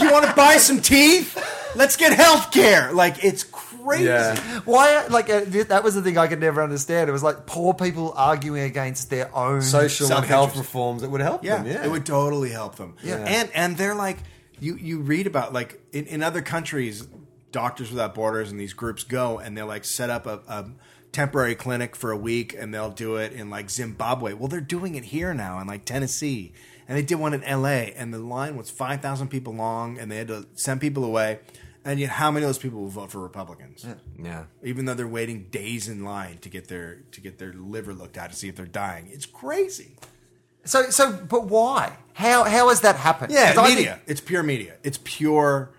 C: you want to buy some teeth? Let's get health care. Like, it's crazy.
A: yeah.
B: Why? Like uh, th- that was the thing I could never understand. It was like poor people arguing against their own
A: Social and health
C: Self-interest.
A: reforms that would help
C: Yeah,
A: them. Yeah.
C: it would totally help them.
B: Yeah.
C: and and they're like, you you read about like in, in other countries, Doctors Without Borders and these groups go and they'll like set up a, a temporary clinic for a week and they'll do it in like Zimbabwe. Well, they're doing it here now in like Tennessee. And they did one in LA and the line was 5,000 people long and they had to send people away. And yet, how many of those people will vote for Republicans?
A: Yeah.
C: even though they're waiting days in line to get their to get their liver looked at to see if they're dying. It's crazy.
B: So, so, but why? How how has that happened? 'Cause I
C: media. It's pure media. It's pure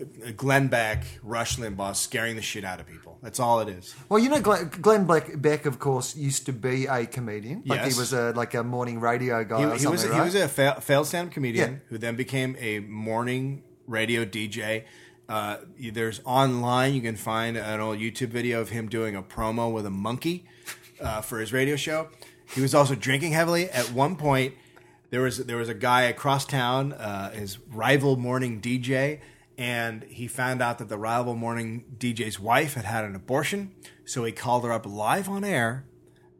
C: uh, Glenn Beck, Rush Limbaugh scaring the shit out of people. That's all it is.
B: Well, you know, Glenn, Glenn Beck, Beck, of course, used to be a comedian. Like
C: Yes.
B: he was a like a morning radio guy.
C: He,
B: or
C: he
B: something,
C: was
B: right?
C: he was a fail, failed stand-up comedian
B: Yeah.
C: who then became a morning radio DJ. Uh, there's online you can find an old YouTube video of him doing a promo with a monkey uh, for his radio show. He was also drinking heavily. At one point, there was there was a guy across town, uh, his rival morning DJ, and he found out that the rival morning DJ's wife had had an abortion. So he called her up live on air,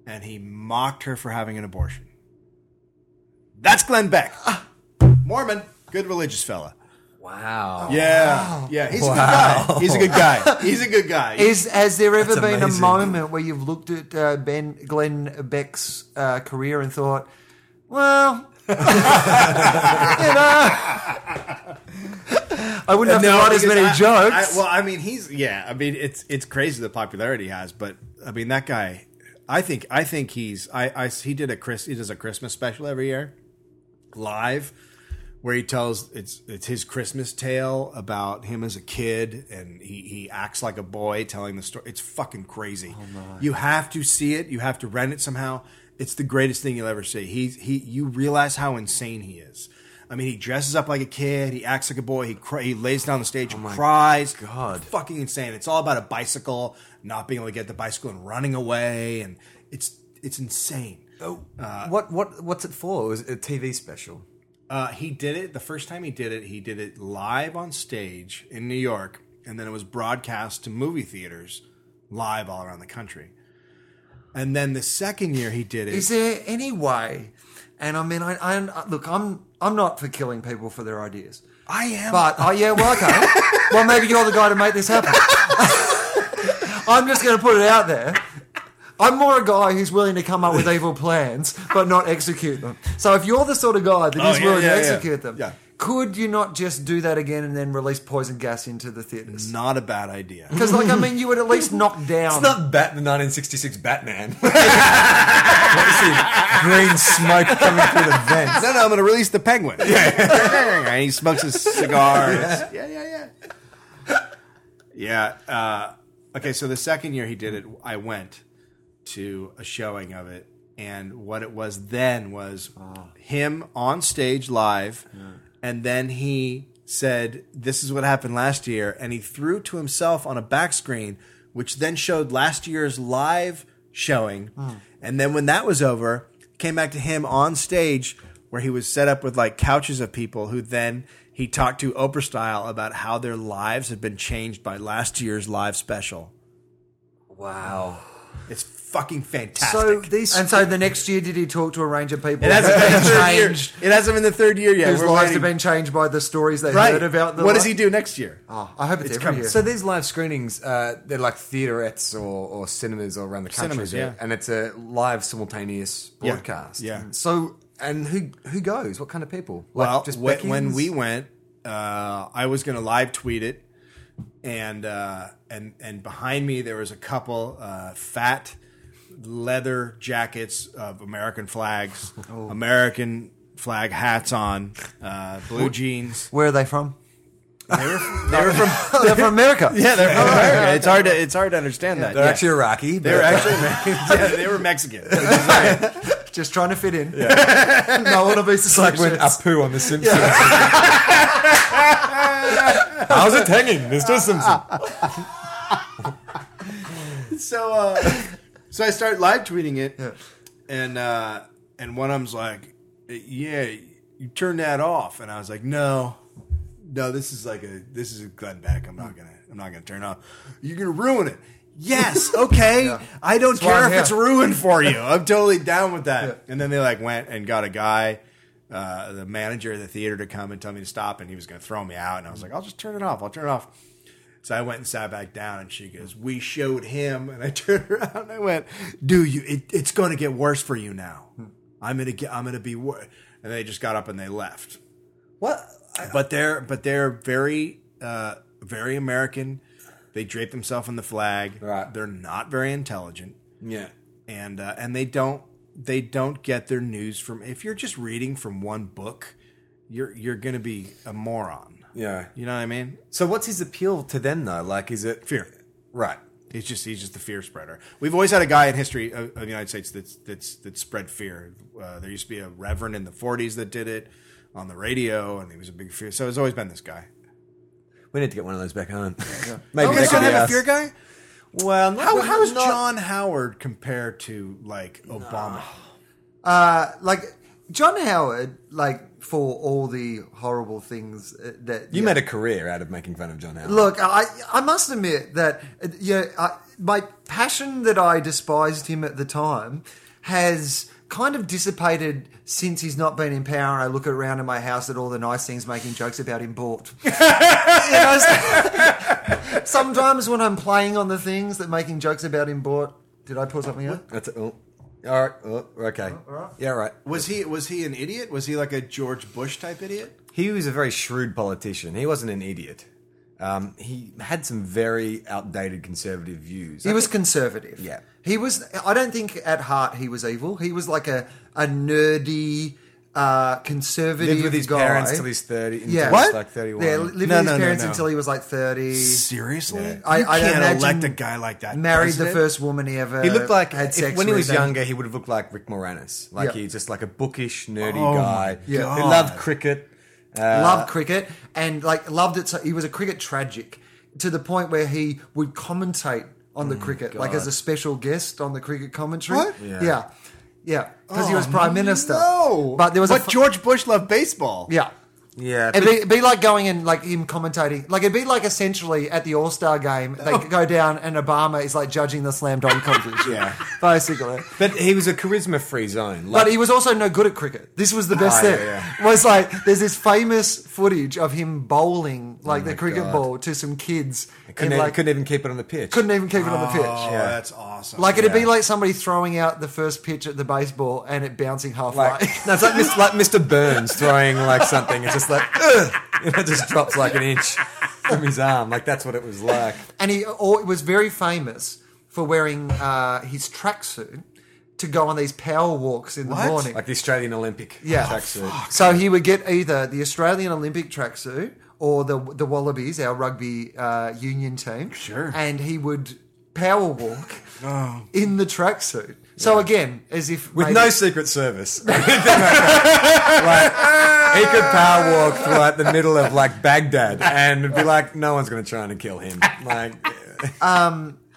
C: and he mocked her for having an abortion. That's Glenn Beck. Mormon. Good religious fella.
A: Wow.
C: Yeah. Yeah. He's a good guy. He's a good guy. He's a good guy.
B: Is has there ever
A: That's
B: been
A: amazing.
B: a moment where you've looked at uh, Ben Glenn Beck's uh, career and thought, well, you know, I wouldn't have to write as
C: because
B: many
C: I-
B: jokes.
C: I- well, I mean, he's yeah. I mean, it's it's crazy the popularity he has, but I mean that guy. I think I think he's I, I he did a Chris he does a Christmas special every year, live, where he tells it's it's his Christmas tale about him as a kid and he he acts like a boy telling the story. It's fucking crazy. You have to see it. You have to rent it somehow. It's the greatest thing you'll ever see. He's he you realize how insane he is. I mean, he dresses up like a kid. He acts like a boy. He cry, he lays down on the stage and cries.
A: God.
C: It's fucking insane. It's all about a bicycle, not being able to get the bicycle and running away, and it's it's insane.
A: what what what's it for? It was a TV special.
C: Uh, he did it the first time he did it. He did it live on stage in New York, and then it was broadcast to movie theaters live all around the country. And then the second year he did it,
B: Is there any way? And I mean, I, I look, I'm I'm not for killing people for their ideas,
C: I am.
B: but oh yeah, well okay, well maybe you're the guy to make this happen. I'm just going to put it out there. I'm more a guy who's willing to come up with evil plans but not execute them. So if you're the sort of guy that is
C: Oh, yeah,
B: willing
C: yeah,
B: to
C: yeah.
B: execute them,
C: Yeah.
B: could you not just do that again and then release poison gas into the theaters?
C: not a bad idea.
B: Because like I mean, you would at least knock down.
A: It's not Bat the 1966 Batman. What is it? green smoke coming through the vents.
C: no, no, I'm going to release the penguin. and he smokes his cigar. Yeah, yeah, yeah. Yeah. uh, okay, so the second year he did it, I went to a showing of it. And what it was then was him on stage live. And then he said, This is what happened last year. And he threw to himself on a back screen, which then showed last year's live showing. And then when that was over, came back to him on stage where he was set up with like couches of people who then he talked to Oprah style about how their lives had been changed by last year's live special.
A: Wow.
C: It's fucking fantastic.
B: So these, and so the next year, did he talk to a range of people?
C: it hasn't been the
B: who've
C: third year.
B: changed,
C: It hasn't been the third year yet.
B: whose
C: We're
B: lives
C: waiting.
B: have been changed by the stories they
C: right.
B: heard about. The
C: what
B: li-
C: does he do next year?
B: Oh, I hope it's, every
C: coming.
B: year.
A: So these live screenings, uh, they're like theatrettes or, or cinemas all around the country,
C: Cinemas, yeah.
A: and it's a live simultaneous
C: Yeah.
A: broadcast.
C: Yeah.
A: So, and who who goes? What kind of people? Like
C: Well, when, when
A: Beckons?
C: we went, uh, I was going to live tweet it, and uh, and and behind me there was a couple uh, fat leather jackets of American flags, American flag hats on, uh, blue jeans.
B: Where are they from?
C: They were, they were from
B: They're from America.
C: yeah, they're from America. It's hard to it's hard to understand that.
A: they're
C: yeah.
A: actually Iraqi.
C: they were
A: but-
C: actually yeah, they were Mexican.
B: Just trying to fit in. no one will be
A: It's like when Apu on The Simpsons. How's it hanging, Mr. Simpson?
C: so uh, so I start live tweeting it, and uh, and one of them's like, "Yeah, you turn that off," and I was like, "No, no, this is like a this is a Glenn Beck. I'm not gonna I'm not gonna turn it off. You're gonna ruin it." Yes, okay. I don't
B: why
C: care
B: I'm
C: if it's
B: here.
C: ruined for you. I'm totally down with that. And then they like went and got a guy, uh, the manager of the theater, to come and tell me to stop, and he was going to throw me out. And I was like, I'll just turn it off. I'll turn it off. So I went and sat back down, and she goes, "We showed him." And I turned around and I went, "Do you? It, it's going to get worse for you now. I'm gonna get. I'm gonna be." Wor-. And they just got up and they left.
A: What? I,
C: But they're but they're very uh, very American. They drape themselves in the flag.
A: Right.
C: They're not very intelligent
A: yeah.
C: and uh, and they don't they don't get their news from if you're just reading from one book you're you're gonna be a moron
A: Yeah.
C: you know what i mean
A: So what's his appeal to them though? Like, is it
C: fear
A: right?
C: he's just he's just the fear spreader we've always had a guy in history of, of the united states that's that's that spread fear uh, there used to be a reverend in the 40s that did it on the radio and he was a big fear so it's always been this guy
A: We need to get one of those back home. Maybe
B: Oh,
C: you
A: that
C: guys
A: could
C: don't
A: be
C: have a
A: us.
C: fear guy
A: Well, not,
C: how, how is
A: not-
C: john howard compared to like obama
B: Uh, like John Howard, like for all the horrible things uh, that
A: You
B: yeah.
A: made a career out of making fun of John Howard.
B: Look, I I must admit that uh, yeah, I, my passion that I despised him at the time has kind of dissipated since he's not been in power. And I look around in my house at all the nice things making jokes about him bought. You know, so- sometimes when I'm playing on the things that making jokes about him bought, did I pull something up?
A: That's oh, all right. Oh, okay.
B: right.
A: Yeah, all right.
C: was he was he an idiot was he like a george bush type idiot
A: He was a very shrewd politician. He wasn't an idiot. Um, he had some very outdated conservative views.
B: He was conservative.
A: Yeah.
B: He was I don't think at heart he was evil. He was like a a nerdy uh conservative
A: lived with his
B: guy.
A: parents till he's thirty. Until
B: Yeah.
A: he's
B: What?
A: Like thirty-one.
B: Yeah, lived with
C: No,
B: his
C: no, no,
B: parents
C: no.
B: until he was like 30.
C: Seriously,
B: I-
C: you
B: I
C: can't
B: imagine
C: elect a guy like that.
B: Married the
C: president.
B: first woman he ever
A: He looked like
B: Uh, had
A: if-
B: sex
A: when he
B: with
A: was
B: and-
A: younger. He would have looked like Rick Moranis, like
B: Yeah.
A: he's just like a bookish, nerdy
C: Oh my
A: guy
B: Yeah.
A: who
C: God.
A: loved cricket. Uh,
B: loved cricket and like loved it. So he was a cricket tragic to the point where he would commentate on
A: Oh
B: the cricket, like as a special guest on the cricket commentary.
C: What?
A: Yeah. Oh,
B: Yeah, yeah, because he was prime minister.
C: No,
B: but there was a
C: but
B: fu-
C: George Bush loved baseball.
B: yeah.
A: yeah,
B: It'd be, it'd be like going and like him commentating. Like it'd be like essentially at the All Star game,
A: Oh.
B: they go down and Obama is like judging the slam dunk competition.
A: Yeah.
B: basically.
A: but he was a charisma-free zone. Like,
B: But he was also no good at cricket. This was the best
A: Ah, yeah,
B: thing. Was like there's this famous footage of him bowling like the cricket
A: Oh God.
B: ball to some kids.
A: couldn't,
B: and,
A: even-
B: like,
A: couldn't even keep it on the pitch.
B: couldn't even keep it on the pitch.
C: Oh,
A: Yeah.
C: that's awesome.
B: Like it'd be
A: yeah.
B: like somebody throwing out the first pitch at the baseball and it bouncing halfway.
A: Like, no, it's like, Mis- like Mr. Burns throwing like something. It's just like, "Ugh," and it just drops like an inch from his arm. Like that's what it was like.
B: and he or, was very famous for wearing uh, his tracksuit to go on these power walks in the
C: What?
B: morning.
A: Like the Australian Olympic
B: Yeah.
A: tracksuit.
B: So he would get either the Australian Olympic tracksuit or the the Wallabies, our rugby uh, union team.
C: Sure.
B: And he would power walk
C: Oh.
B: in the tracksuit. So again, as if
A: With
B: maybe-
A: no secret service. like, he could power walk through like the middle of like Baghdad and it'd be like, no one's going to try and kill him. Like,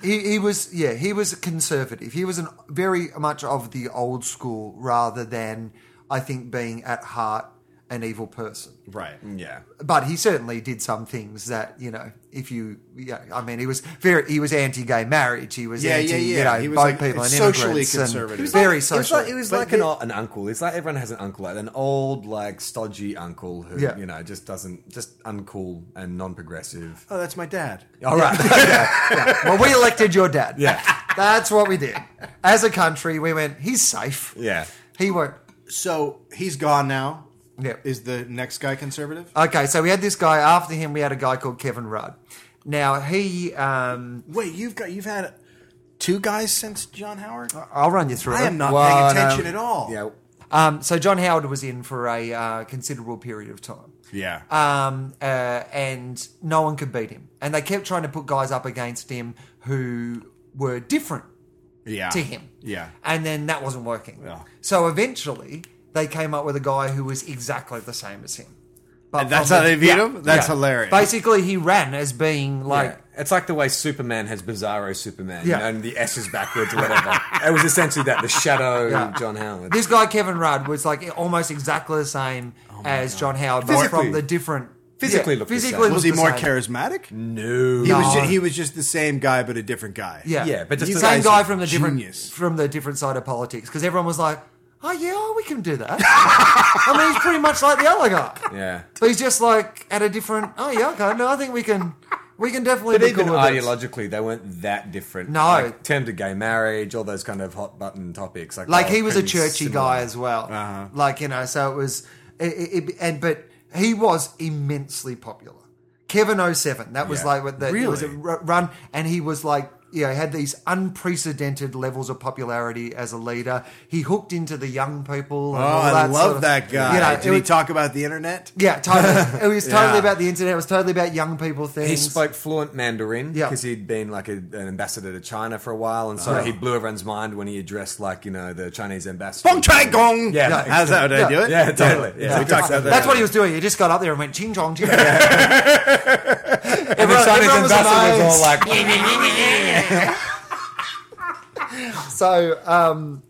B: he, he was yeah he was a conservative. He was an, very much of the old school rather than I think being at heart an evil person.
C: right.
A: yeah.
B: But he certainly did some things that you know. If you, yeah, I mean, he was very he was anti-gay marriage. He was
C: Yeah,
B: anti,
C: yeah, yeah.
B: you know,
C: He was,
B: both
C: like,
B: people and
C: socially
B: immigrants and
C: conservative. He was
A: It
B: very
A: was like,
B: socially.
A: it was
C: But
A: like
C: the-
A: an, o- an uncle. It's like everyone has an uncle, like an old, like stodgy uncle who,
B: Yeah.
A: you know, just doesn't, just uncool and non-progressive.
C: Oh, that's my dad.
A: All right.
B: well, we elected your dad.
A: Yeah.
B: that's what we did. As a country, we went. He's safe.
A: Yeah.
B: He won't.
C: So he's gone now.
B: Yeah.
C: Is the next guy conservative?
B: Okay, so we had this guy. After him, we had a guy called Kevin Rudd. Now he, um,
C: Wait, you've got you've had two guys since John Howard.
B: I'll run you through.
C: I
B: it.
C: am not
A: Well,
C: paying attention
A: no.
C: at all.
A: Yeah.
B: Um, so John Howard was in for a uh, considerable period of time.
C: Yeah.
B: um, uh, and no one could beat him. And they kept trying to put guys up against him who were different
C: yeah.
B: to him.
C: Ah, Yeah.
B: And then that wasn't working.
C: Yeah.
B: So eventually they came up with a guy who was exactly the same as him. But
C: And that's
B: from
C: how they beat him? That's hilarious.
B: Basically, he ran as being like.
A: Yeah. it's like the way Superman has Bizarro Superman,
B: Yeah.
A: you know, and the S is backwards or whatever. it was essentially that the shadow
B: Yeah.
A: John Howard.
B: This guy Kevin Rudd was like almost exactly the same as John Howard, but
A: Physically.
B: from the different
A: Physically
B: yeah,
A: looked the
B: physically
A: same.
B: looked
C: Was he
B: the
C: more
B: same.
C: charismatic?
A: no,
C: He
B: No.
C: was ju- he was just the same guy but a different guy.
B: Yeah,
A: Yeah, but just
B: the
A: the
B: same
A: guys
B: guy
A: are
B: from the different
C: genius.
B: from the different side of politics because everyone was like, "Oh yeah, oh, we can do that." I mean, he's pretty much like the other guy,
A: yeah.
B: but he's just like at a different. Oh yeah, okay, no, I think we can. We can definitely
A: But
B: be cool
A: even
B: with it.
A: ideologically, they weren't that different.
B: No.
A: like, in terms of gay marriage, all those kind of hot button topics. Like,
C: Oh,
B: Like
A: they
B: he
A: were
B: was a
A: pretty
B: churchy
A: similar.
B: guy as well.
C: Uh-huh.
B: Like you know, so it was. It, it, it- and but he was immensely popular. Kevin 07, that was
A: Yeah.
B: like what the it was a
C: Really?
B: r- run, and he was like. You know, had these unprecedented levels of popularity as a leader. He hooked into the young people. And
C: Oh,
B: all
C: I
B: that sort
C: love
B: of-
C: that guy.
B: You know,
C: Did
B: it
C: he
B: was-
C: talk about the internet?
B: Yeah, totally. It was totally
C: Yeah.
B: about the internet. It was totally about young people things.
A: He spoke fluent Mandarin
B: Yeah. Uh-huh.
A: because he'd been like a, an ambassador to China for a while, and so he blew everyone's mind when he addressed like you know the Chinese ambassador.
C: Feng Chai Gong.
A: Yeah,
B: Yeah.
C: How's that? Did I do it?
A: Yeah, totally. Yeah, we talked about that.
B: That's what he was doing. He just got up there and went ching chong ching. chong.
A: And the
B: Everyone-
A: Chinese
B: everyone was
A: ambassador was all
B: amazed.
A: like,
B: so um,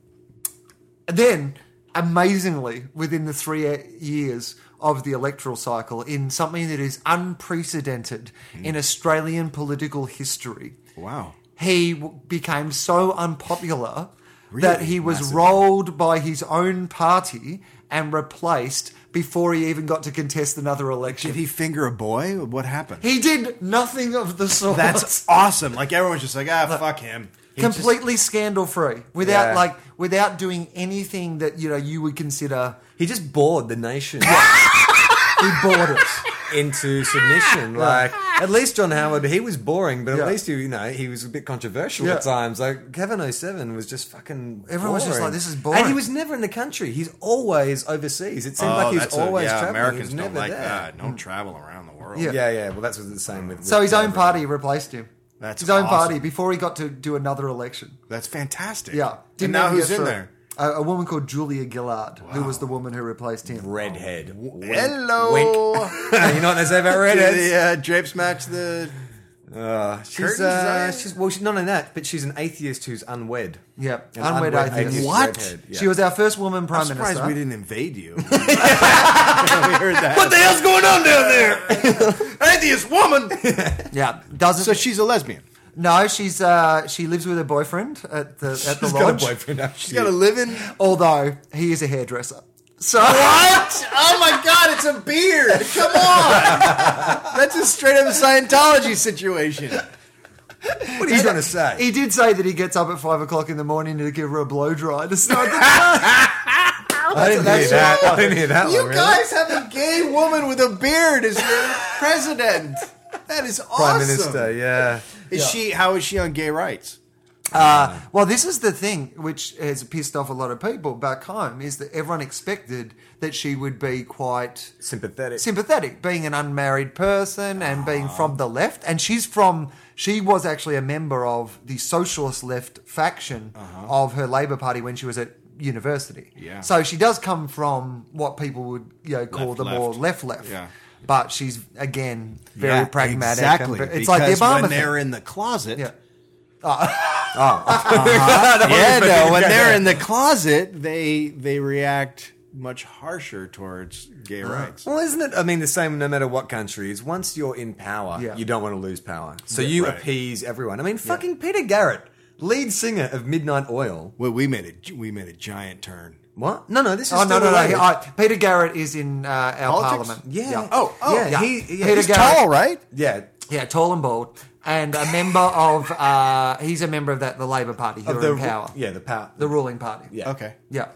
B: then, amazingly, within the three e-, years of the electoral cycle, in something that is unprecedented
C: Hmm.
B: in Australian political history,
C: Wow.
B: he w- became so unpopular that
C: Really?
B: he was
C: Massively.
B: rolled by his own party and replaced before he even got to contest another election.
C: Did he finger a boy? What happened?
B: He did nothing of the sort.
C: That's awesome. Like everyone's just like, ah, fuck him. He just-
B: completely scandal free without
A: Yeah.
B: like without doing anything that you know you would consider
A: he just bored the nation
B: he bought it.
A: into submission. Like at least John Howard, he was boring, but at
B: Yeah.
A: least he, you know, he was a bit controversial
B: Yeah.
A: at times. Like Kevin 07 was just fucking.
B: Everyone was just
A: boring.
B: like, "This is boring."
A: and he was never in the country. He's always overseas. It seemed
C: Oh,
A: like he's
C: that's a-
A: always
C: yeah,
A: traveling.
C: Americans
A: He was
C: don't
A: never
C: like
A: there.
C: that. Don't travel around the world.
B: Yeah.
A: Yeah, yeah. Well, that's the same with.
B: So
A: with
B: his own
A: Howard.
B: party replaced him.
C: That's
B: his own
C: awesome.
B: party before he got to do another election.
C: That's fantastic.
B: Yeah,
C: and now
B: even
C: who's
B: get
C: in
B: through.
C: there?
B: A, a woman called Julia Gillard, who was the woman who replaced him.
A: redhead. Wink,
C: Hello.
A: wink. you know what they say about
C: Did
A: redheads?
C: the uh, drapes match the?
A: Uh, she's,
C: Curtains,
A: uh,
C: right?
A: she's well, she's not only that, but she's an atheist who's unwed.
B: Yeah,
A: An
B: unwed atheist.
C: What?
A: redhead, yeah.
B: She was our first woman
C: I'm
B: prime
C: surprised
B: minister.
C: we didn't invade you. we heard that.
A: What the hell's going on down there?
C: atheist woman?
B: Yeah, doesn't.
C: so she's a lesbian.
B: no, she's uh, she lives with her boyfriend at the at the
A: She's got a
B: lodge.
A: boyfriend. hasn't
C: She's
A: she?
C: got a living.
B: although he is a hairdresser. So
C: What? Oh my God! It's a beard. Come on. That's a straight up Scientology situation.
A: What are you going to say?
B: He did say that he gets up at five o'clock in the morning to give her a blow dry to start the
A: I didn't
B: That's-
A: hear that. I didn't hear that
C: You
A: one. Really.
C: guys have a gay woman with a beard as your president. That is awesome.
A: Prime Minister, yeah.
C: Is she? How is she on gay rights?
B: Uh, well, this is the thing which has pissed off a lot of people back home is that everyone expected that she would be quite
A: Sympathetic.
B: sympathetic, being an unmarried person and being
C: Ah.
B: from the left. And she's from, she was actually a member of the socialist left faction of her Labour Party when she was at university.
C: Uh-huh. Yeah.
B: So she does come from what people would you know, call
C: Left,
B: the more
C: left.
B: left left.
C: Yeah.
B: But she's again very
C: Yeah,
B: pragmatic. and
C: Exactly.
B: ve- it's like the
C: because
B: Obama
C: when
B: thing.
C: they're in the closet.
B: Yeah.
A: Oh.
C: yeah, no. When
A: Yeah.
C: they're in the closet, they they react much harsher towards gay rights.
A: Well, isn't it? I mean, the same no matter what country is. Once you're in power,
B: Yeah.
A: you don't want to lose power. So you
C: right.
A: appease everyone. I mean, fucking Peter Garrett, lead singer of Midnight Oil.
C: Well, we made a we made a giant turn.
A: What? No, no, this is
B: Oh no
A: still
B: no no!
A: related.
B: He- uh, Peter Garrett is in uh, our
C: Politics?
B: parliament.
A: yeah.
C: Oh, oh,
A: yeah.
B: yeah.
A: He, yeah,
B: Peter
A: he's-
B: Gar- Garrett.
C: right?
A: yeah.
B: yeah, tall and bald, and a member of uh, he's a member of that the Labor Party who
A: Of
B: are
A: the
B: in power,
A: Yeah, the power.
B: the ruling party.
A: yeah.
C: Okay.
B: yeah,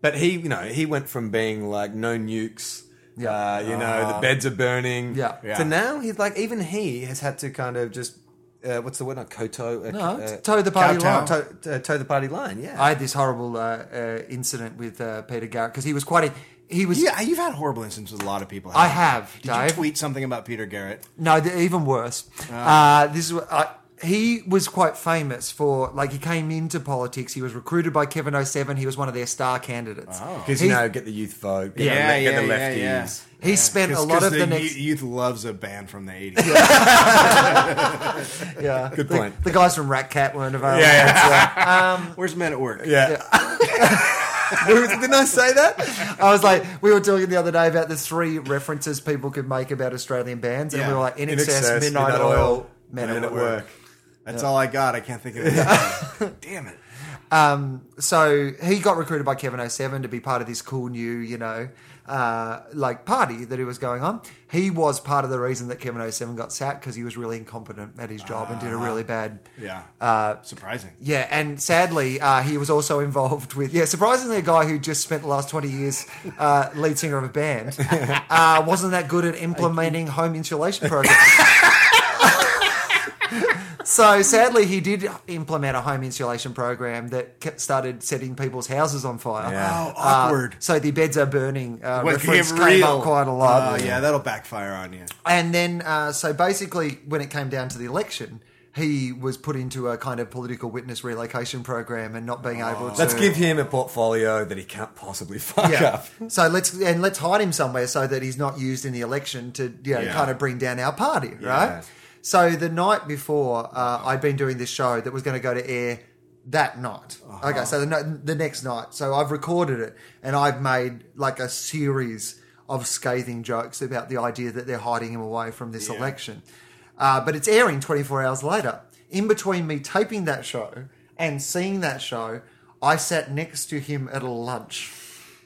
A: But he, you know, he went from being like no nukes,
B: Yeah. Ah.
A: uh, you know, the beds are burning,
B: Yeah.
C: Yeah.
A: To now, he's like even he has had to kind of just uh, what's the word? Not koto. Uh,
B: no,
A: uh,
B: it's toe the party
C: kowtow.
B: line.
A: toe, uh, toe the party line. Yeah,
B: I had this horrible uh, uh, incident with uh, Peter Garrett because he was quite a he was.
C: Yeah, you've had horrible instances with a lot of people.
B: I
C: haven't
B: have.
C: you? Did
B: Dave.
C: you tweet Ah. something about Peter Garrett?
B: No, they're even worse. Uh, this is what I, he was quite famous for. Like he came into politics. He was recruited by Kevin 07. He was one of their star candidates.
C: Oh.
A: because you
B: He's-
A: know, get the youth vote, get, the,
C: Yeah,
A: le- get the
C: yeah,
A: lefties.
C: yeah, yeah.
B: He spent a lot of the, next.
C: youth loves a band from the eighties.
B: yeah,
A: Good
B: the,
A: point.
B: The guys from Rat Cat weren't available.
C: Where's men at work?
A: Yeah. Didn't I say that?
B: I was like, we were talking the other day about the three references people could make about Australian bands, and
C: Yeah.
B: we were like, In,
A: In
B: Excess,
A: Excess,
B: Midnight,
A: Midnight
B: Oil,
A: Oil,
B: Men,
A: Men
B: at
A: at
B: Work.
A: Work.
C: That's all I got. I can't think of it. Damn it.
B: oh So he got recruited by Kevin 07 to be part of this cool new, you know, uh, like party that it was going on. He was part of the reason that Kevin 07 got sacked because he was really incompetent at his job and did a really bad.
C: Yeah. Uh, Surprising.
B: Yeah, and sadly, uh, he was also involved with yeah. Surprisingly, a guy who just spent the last twenty years uh, lead singer of a band uh, wasn't that good at implementing home insulation programs. so sadly, he did implement a home insulation program that kept- started setting people's houses on fire.
A: Yeah.
C: Oh,
B: Uh,
C: awkward.
B: so the beds are burning. Uh,
C: What
B: reference
C: gave
B: came
C: real-
B: up quite a lot.
C: Oh, yeah. that'll backfire on you.
B: And then, uh, so basically, when it came down to the election, he was put into a kind of political witness relocation program and not being able to.
A: Let's give him a portfolio that he can't possibly fuck
B: Yeah.
A: up.
B: So let's and let's hide him somewhere so that he's not used in the election to you know,
C: Yeah.
B: kind of bring down our party,
A: Yeah.
B: right? So the night before, uh, I'd been doing this show that was going to go to air that night.
A: Uh-huh.
B: Okay, so the, no- the next night, so I've recorded it and I've made like a series of scathing jokes about the idea that they're hiding him away from this
C: Yeah.
B: election. Uh, but it's airing 24 hours later. In between me taping that show and seeing that show, I sat next to him at a lunch.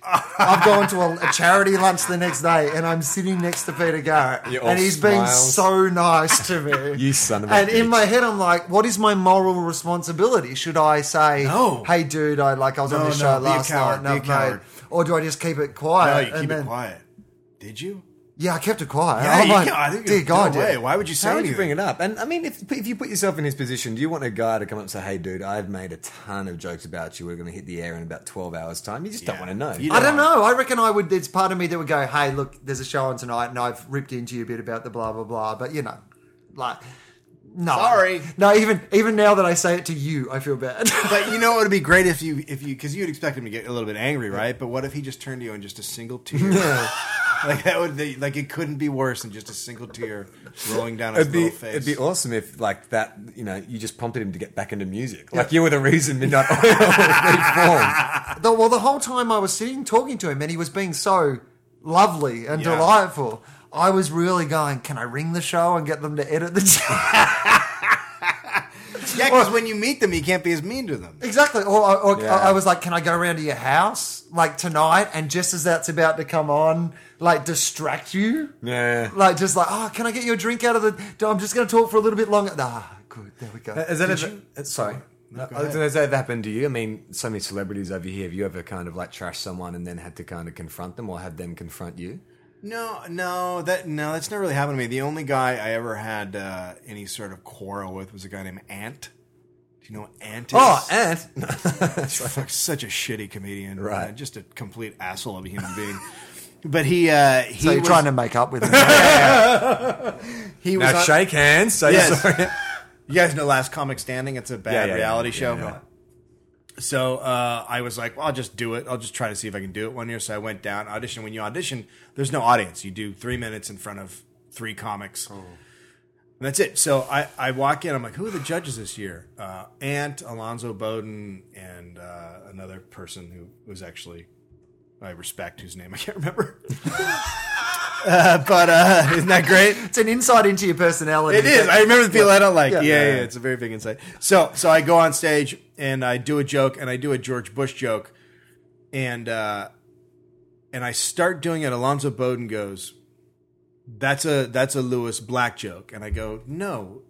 B: I've gone to a, a charity lunch the next day, and I'm sitting next to Peter Garrett,
A: You're all
B: and he's being
A: smiles.
B: so nice to me.
A: You son of a
B: And in
A: bitch.
B: my head, I'm like, what is my moral responsibility? Should I say,
C: No.
B: "Hey, dude, I like I was
C: No,
B: on this
C: no,
B: show
C: be a
B: last
C: coward,
B: night,
C: be a
B: no, mate,"
C: coward.
B: or do I just keep it quiet?
C: No, you
B: and
C: keep it
B: then-
C: quiet. Did you?
B: Yeah, I kept it quiet.
C: Yeah,
B: I'm
C: you
B: like,
C: can't- I think
B: dear
C: no
B: God,
C: way.
B: yeah.
C: Why would you say
A: How would you
C: anything?
A: bring it up? And I mean, if, if you put yourself in his position, do you want a guy to come up and say, "Hey, dude, I've made a ton of jokes about you. We're going to hit the air in about twelve hours' time." You just don't
C: Yeah.
A: want to know.
C: You
B: I don't know. I reckon I would. There's part of me that would go, "Hey, look, there's a show on tonight, and I've ripped into you a bit about the blah blah blah." But you know, like, no,
C: Sorry.
B: no. Even even now that I say it to you, I feel bad.
C: But you know it would be great if you if you because you'd expect him to get a little bit angry, right? But what if he just turned to you in just a single tear? like that would be, like it couldn't be worse than just a single tear rolling down his
A: It'd be,
C: little face.
A: it'd be awesome if, like that, you know, you just prompted him to get back into music. Like you were the reason Midnight Oil reformed.
B: The- well, the whole time I was sitting talking to him, and he was being so lovely and
C: Yeah.
B: delightful. I was really going, can I ring the show and get them to edit the show?
C: yeah, because when you meet them, you can't be as mean to them.
B: exactly. Or, or, or
A: Yeah.
B: I was like, can I go around to your house like tonight? And just as that's about to come on, like distract you?
A: Yeah.
B: Like just like, oh, can I get you a drink out of the? I'm just going to talk for a little bit longer. Ah, good. There we go.
A: Has that
B: Did
A: ever,
B: you-
A: uh, sorry.
C: No, go
A: Uh,
C: ahead.
A: has that ever happened to you? I mean, so many celebrities over here. Have you ever kind of like trashed someone and then had to kind of confront them or have them confront you?
C: No, no, that no, that's never really happened to me. The only guy I ever had uh, any sort of quarrel with was a guy named Ant. Do you know what Ant is?
A: Oh, and
C: Fuck, such a shitty comedian,
A: Right.
C: man. Just a complete asshole of a human being. But he, uh, he
B: so you're
C: was,
B: trying to make up with him.
C: he was
A: now
C: on-
A: shake hands. Say
C: Yes.
A: sorry.
C: You guys know Last Comic Standing? It's a bad
A: Yeah, yeah,
C: reality
A: yeah,
C: show.
A: yeah.
C: So uh, I was like, well, I'll just do it. I'll just try to see if I can do it one year. So I went down, auditioned. When you audition, there's no audience. You do three minutes in front of three comics.
A: Oh.
C: And that's it. So I, I walk in. I'm like, who are the judges this year? Uh, Ant, Alonzo Bowden, and uh, another person who was actually I respect, whose name I can't remember. uh, but uh, isn't that great?
B: it's an insight into your personality.
C: It is. I remember the people I don't like. Yeah, yeah,
A: Yeah.
C: It's a very big insight. So, so I go on stage and I do a joke and I do a George Bush joke, and uh, and I start doing it. Alonzo Bowden goes, "That's a that's a Lewis Black joke," and I go, "No,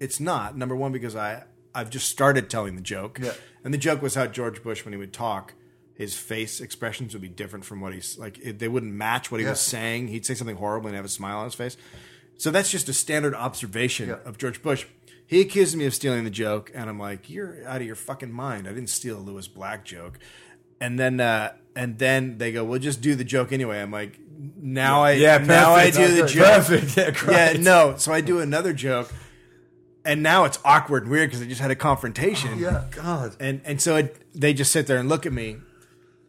C: it's not." Number one, because I I've just started telling the joke,
B: Yeah.
C: and the joke was how George Bush when he would talk. His face expressions would be different from what he's like. It, they wouldn't match what he
B: Yeah.
C: was saying. He'd say something horrible and have a smile on his face. So that's just a standard observation
B: Yeah.
C: of George Bush. He accused me of stealing the joke, and I'm like, "You're out of your fucking mind! I didn't steal a Lewis Black joke." And then, uh, and then they go, "Well, just do the joke anyway." I'm like, "Now I,
A: Yeah,
C: now I
A: perfect.
C: do the
A: Okay.
C: joke,
A: Perfect. Yeah, great.
C: yeah, no." So I do another joke, and now it's awkward and weird because I just had a confrontation.
B: Yeah.
A: Oh, God.
C: And and so it, they just sit there and look at me,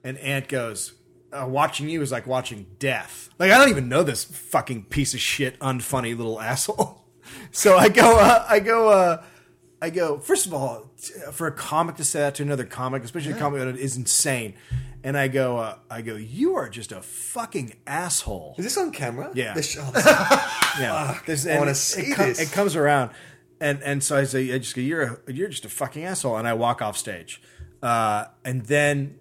C: and Ant goes, uh, "Watching you is like watching death. Like I don't even know this fucking piece of shit, unfunny little asshole." So I go, uh, I go, uh, I go. First of all, t- for a comic to say that to another comic, especially a comic that is insane, and I go, uh, I go, you are just a fucking asshole.
A: Is this on camera?
C: Yeah.
A: The show-
C: Yeah, There's-
A: I
C: and
A: wanna
C: it-
A: see
C: it, com-
A: this.
C: It comes around, and and so I say, I just go, you're a, you're just a fucking asshole, and I walk off stage, uh, and then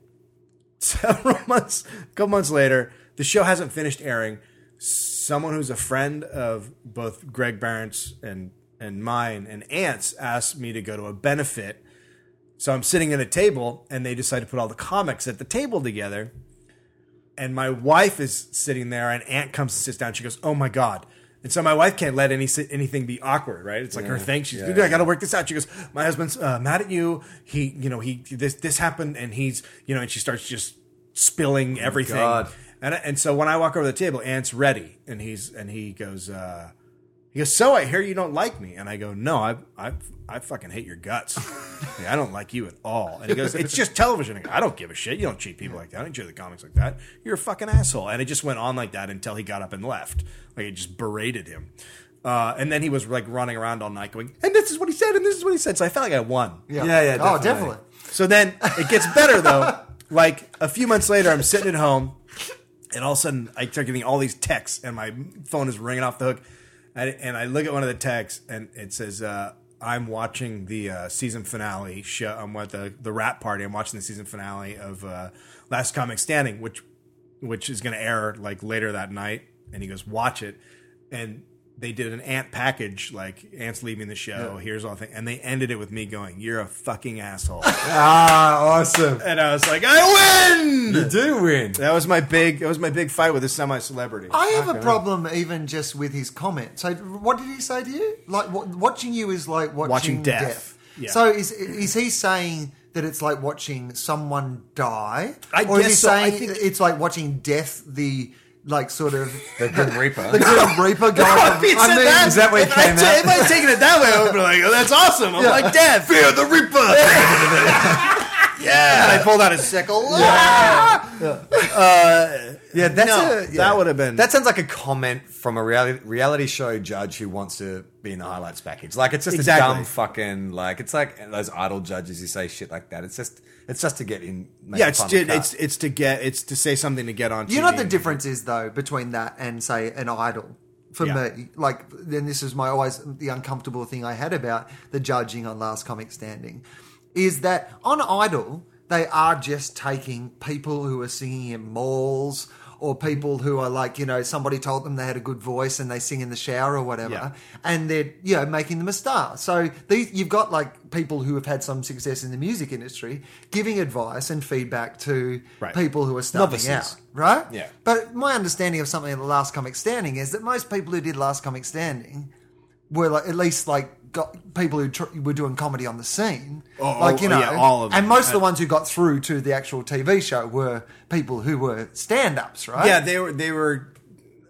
C: several months, a couple months later, The show hasn't finished airing. Someone who's a friend of both Greg Barents and and mine and Ants asked me to go to a benefit. So I'm sitting at a table and they decide to put all the comics at the table together. And my wife is sitting there and Aunt comes and sits down. She goes, "Oh my god." And so my wife can't let any anything be awkward, right? It's like her thing. She's,
A: yeah,
C: "Dude, I got to work this out. She goes, my husband's uh, mad at you. He, you know, he this this happened, and he's, you know, and she starts just spilling everything.
A: Oh God.
C: And I- and so when I walk over to the table, Ant's ready, and he's and he goes, uh, he goes, so I hear you don't like me, and I go, no, I I I fucking hate your guts. Yeah, I don't like you at all. And he goes, it's just television. I, go, I don't give a shit. You don't treat people like that. I don't treat the comics like that. You're a fucking asshole. And it just went on like that until he got up and left. Like it just berated him. Uh, and then he was like running around all night going, and this is what he said, and this is what he said. So I felt like I won.
A: Yeah, yeah,
B: Oh,
A: definitely.
B: definitely.
C: So then it gets better though. like a few months later, I'm sitting at home, and all of a sudden I start getting all these texts, and my phone is ringing off the hook. And, and I look at one of the texts, and it says, uh, "I'm watching the uh, season finale show. I'm at the the rap party. I'm watching the season finale of uh, Last Comic Standing, which which is going to air like later that night." And he goes, "Watch it." And they did an ant package, like ants leaving the show. Here's all the thing, and they ended it with me going, "You're a fucking asshole."
A: Ah, awesome.
C: and I was like, I
A: You
C: win. Oh,
A: do win.
C: That was my big. That was my big fight with a semi celebrity.
B: I have a problem even just with his comment. So, what did he say to you? Like, wa- watching you is like watching,
C: Watching death.
B: death.
C: Yeah.
B: So, is is he saying that it's like watching someone die,
C: I
B: or is he
C: guess so. I
B: saying
C: think-
B: it's like watching death? The like sort of
A: The Grim Reaper.
B: the Grim Reaper going.
C: If he said
A: is that where it
C: if I
A: came
C: ta-
A: out?
C: If I would taken it that way, I would be like, "Oh, that's awesome!" I'm like, "Dad, fear the Reaper." yeah, and I pulled out a sickle. Uh,
A: Yeah, that's
C: No,
A: a,
C: that
A: yeah.
C: would've been-
A: That sounds like a comment from a reality reality show judge who wants to be in the highlights package. Like it's just
C: Exactly.
A: a dumb fucking like it's like those idol judges who say shit like that. It's just it's just to get in. Make
C: Yeah,
A: the
C: it's
A: final
C: to,
A: cut.
C: it's it's to get it's to say something to get on.
B: You know what the
C: TV.
B: difference is though between that and say an idol for
C: Yeah.
B: me. Like then this is my always the uncomfortable thing I had about the judging on Last Comic Standing is that on Idol they are just taking people who are singing in malls or people who are like you know somebody told them they had a good voice and they sing in the shower or whatever
C: Yeah.
B: and they're you know making them a star. So these you've got like people who have had some success in the music industry giving advice and feedback to
C: Right.
B: people who are starting
C: Novices.
B: out, right?
A: Yeah.
B: But my understanding of something in the Last Comic Standing is that most people who did Last Comic Standing were like, at least like got people who tr- were doing comedy on the scene,
C: Oh,
B: like you
C: oh,
B: know,
C: yeah, all of
B: and
C: them.
B: most of the
C: Uh,
B: ones who got through to the actual TV show were people who were stand-ups, right?
C: Yeah, they were they were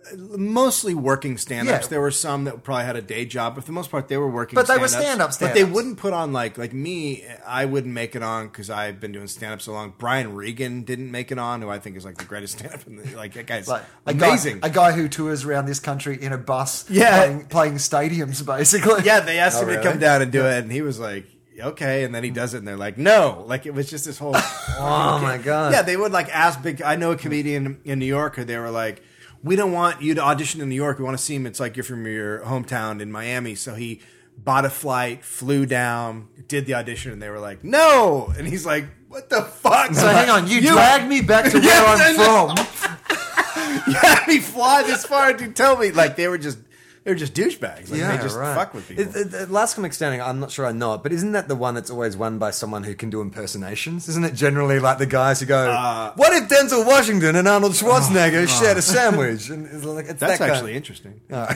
C: uh, mostly working stand-ups.
B: Yeah.
C: There were some that probably had a day job, but for the most part, they were working.
B: But they were stand-up
C: But they
B: stand-ups.
C: wouldn't put on like like me. I wouldn't make it on because I've been doing stand-up so long. Brian Regan didn't make it on, who I think is like the greatest stand-up. In the, like that guy's
B: Like a guy-
C: amazing.
B: a guy who tours around this country in a bus,
C: Yeah.
B: playing, playing stadiums basically.
C: yeah, they asked
A: Oh,
C: him to
A: really?
C: come down and do it, and he was like. Okay, and then he does it, and they're like, "No!" Like it was just this whole.
A: oh my god.
C: Yeah, they would like ask big. I know a comedian in New York who they were like, "We don't want you to audition in New York. We want to see him. It's like you're from your hometown in Miami." So he bought a flight, flew down, did the audition, and they were like, "No!" And he's like, "What the fuck?"
B: So hang on, you, dragged me back to where
C: Yes, I know.
B: I'm from.
C: you had me fly this far to tell me like they were just they were just douchebags. Like,
B: Yeah,
C: they just
A: right.
C: fuck with people.
A: It- it- it- last comic standing, I'm not sure I know it, but isn't that the one that's always won by someone who can do impersonations? Isn't it generally like the guys who go,
B: Uh,
A: "What if Denzel Washington and Arnold Schwarzenegger
B: oh,
A: shared a sandwich?" And it's like, it's
C: That's
A: that guy.
C: actually interesting.
A: I'm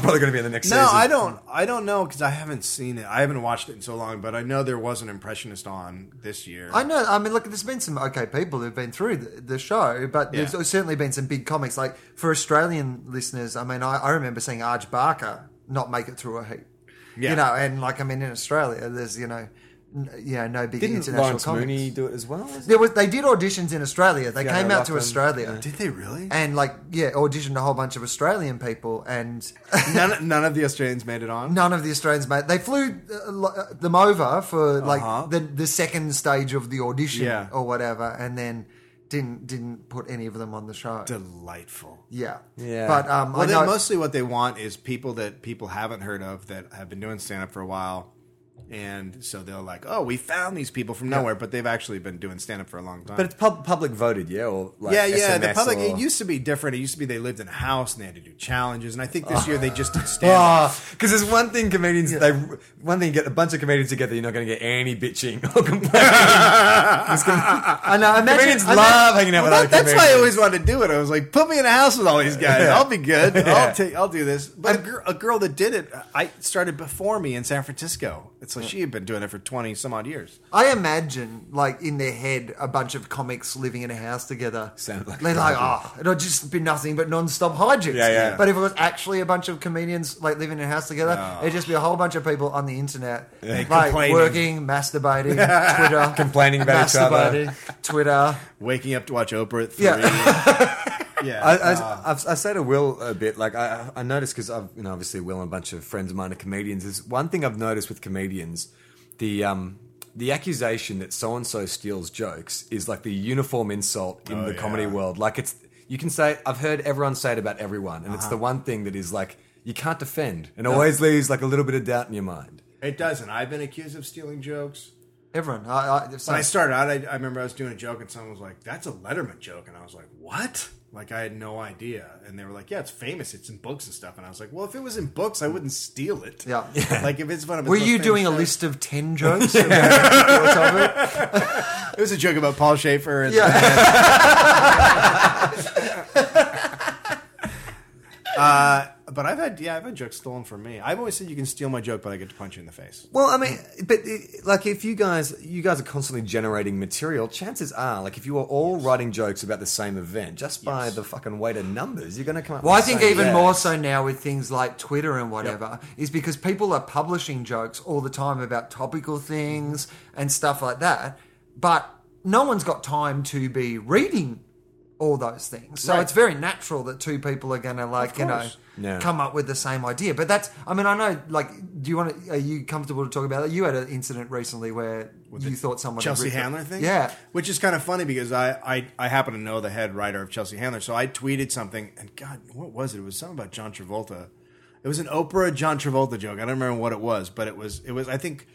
A: probably going to be in the next
C: No,
A: season.
C: I don't. I don't know because I haven't seen it. I haven't watched it in so long. But I know there was an impressionist on this year.
B: I know. I mean, look, there's been some okay people who've been through the, the show, but
C: Yeah.
B: there's certainly been some big comics. Like for Australian listeners, I mean, I, I remember seeing Arj Barker not make it through a heat.
C: Yeah.
B: You know, and like I mean, in Australia, there's you know, n- yeah, no big
A: Didn't
B: international
A: Lawrence
B: comics.
A: Mooney do it as well? Was
B: There was they did auditions in Australia. They
A: Fiona
B: came out to
A: Ruffin,
B: Australia.
C: Did they really?
B: And like yeah, auditioned a whole bunch of Australian people, and
C: none, none of the Australians made it on.
B: None of the Australians made. They flew uh, lo- uh, them over for like
C: Uh-huh.
B: the the second stage of the audition
C: Yeah.
B: or whatever, and then didn't didn't put any of them on the show.
C: Delightful.
B: yeah,
A: Yeah.
B: But um,
C: Well,
B: I
C: they,
B: know
C: mostly what they want is people that people haven't heard of that have been doing stand up for a while And so they're like, "Oh, we found these people from nowhere," but they've actually been doing stand up for a long time.
A: But it's pub- public voted, yeah, or like
C: yeah, yeah, the
A: SMS
C: public.
A: or-
C: It used to be different. It used to be they lived in a house and they had to do challenges. And I think this year they just did stand up.
A: because there's one thing comedians they one thing you get a bunch of comedians together, you're not going to get any bitching or complaining. It's gonna-
B: I know. Imagine,
A: comedians
B: imagine-
A: love hanging out with
C: Well,
A: other
C: that- that's why I
A: comedians.
C: always wanted to do it. I was like, put me in a house with all these guys.
A: Yeah.
C: I'll be good.
A: Yeah.
C: I'll take. I'll do this. But a, gir- a girl that did it, I started before me in San Francisco. It's like she had been doing it for twenty some odd years.
B: I imagine, like in their head, a bunch of comics living in a house together.
A: Sounds like-
B: they're like, oh, it'll just be nothing but non-stop hijinks.
A: Yeah, yeah.
B: But if it was actually a bunch of comedians like living in a house together, it'd just be a whole bunch of people on the internet, like
C: Complaining.
B: working, masturbating, Twitter,
A: Complaining about each other.
B: masturbating, Twitter.
C: Waking up to watch Oprah at three.
B: Yeah.
C: Yeah.
A: I, I, I've, I say to Will a bit, like I, I noticed because I've, you know, obviously Will and a bunch of friends of mine are comedians. Is one thing I've noticed with comedians, the um, the accusation that so and so steals jokes is like the uniform insult in
C: Oh,
A: the comedy
C: yeah.
A: world. Like it's you can say I've heard everyone say it about everyone, and it's the
C: Uh-huh.
A: one thing that is like you can't defend, and always leaves like a little bit of doubt in your mind.
C: it doesn't. I've been accused of stealing jokes.
B: Everyone, I, I, so-
C: When I started out, I, I remember I was doing a joke and someone was like, "That's a Letterman joke," and I was like, "What?" Like I had no idea. And they were like, "Yeah, it's famous. It's in books and stuff." And I was like, "Well, if it was in books, I wouldn't steal it."
B: Yeah.
C: Like if it's one of
B: were you doing a list of ten jokes? yeah.
C: It was a joke about Paul Schaefer. And uh, But I've had yeah, I've had jokes stolen from me. I've always said you can steal my joke, but I get to punch you in the face.
A: Well, I mean, but it, like if you guys you guys are constantly generating material, chances are like if you are all writing jokes about the same event, just by the fucking weight of numbers, you're going to come up.
B: Well, I
A: with the
B: think
A: same-
B: even
A: Yeah.
B: more so now with things like Twitter and whatever is because people are publishing jokes all the time about topical things and stuff like that, but no one's got time to be reading all those things. So
C: Right.
B: it's very natural that two people are going to like, you know,
C: course.
A: Yeah.
B: come up with the same idea. But that's I mean, I know like do you want to are you comfortable to talk about that? You had an incident recently where you thought someone had
C: Chelsea
B: ripped it-
C: Handler thing?
B: Yeah.
C: Which is kind of funny because I, I, I happen to know the head writer of Chelsea Handler. So I tweeted something, and God, what was it? It was something about John Travolta. It was an Oprah John Travolta joke. I don't remember what it was, but it was, it was. I think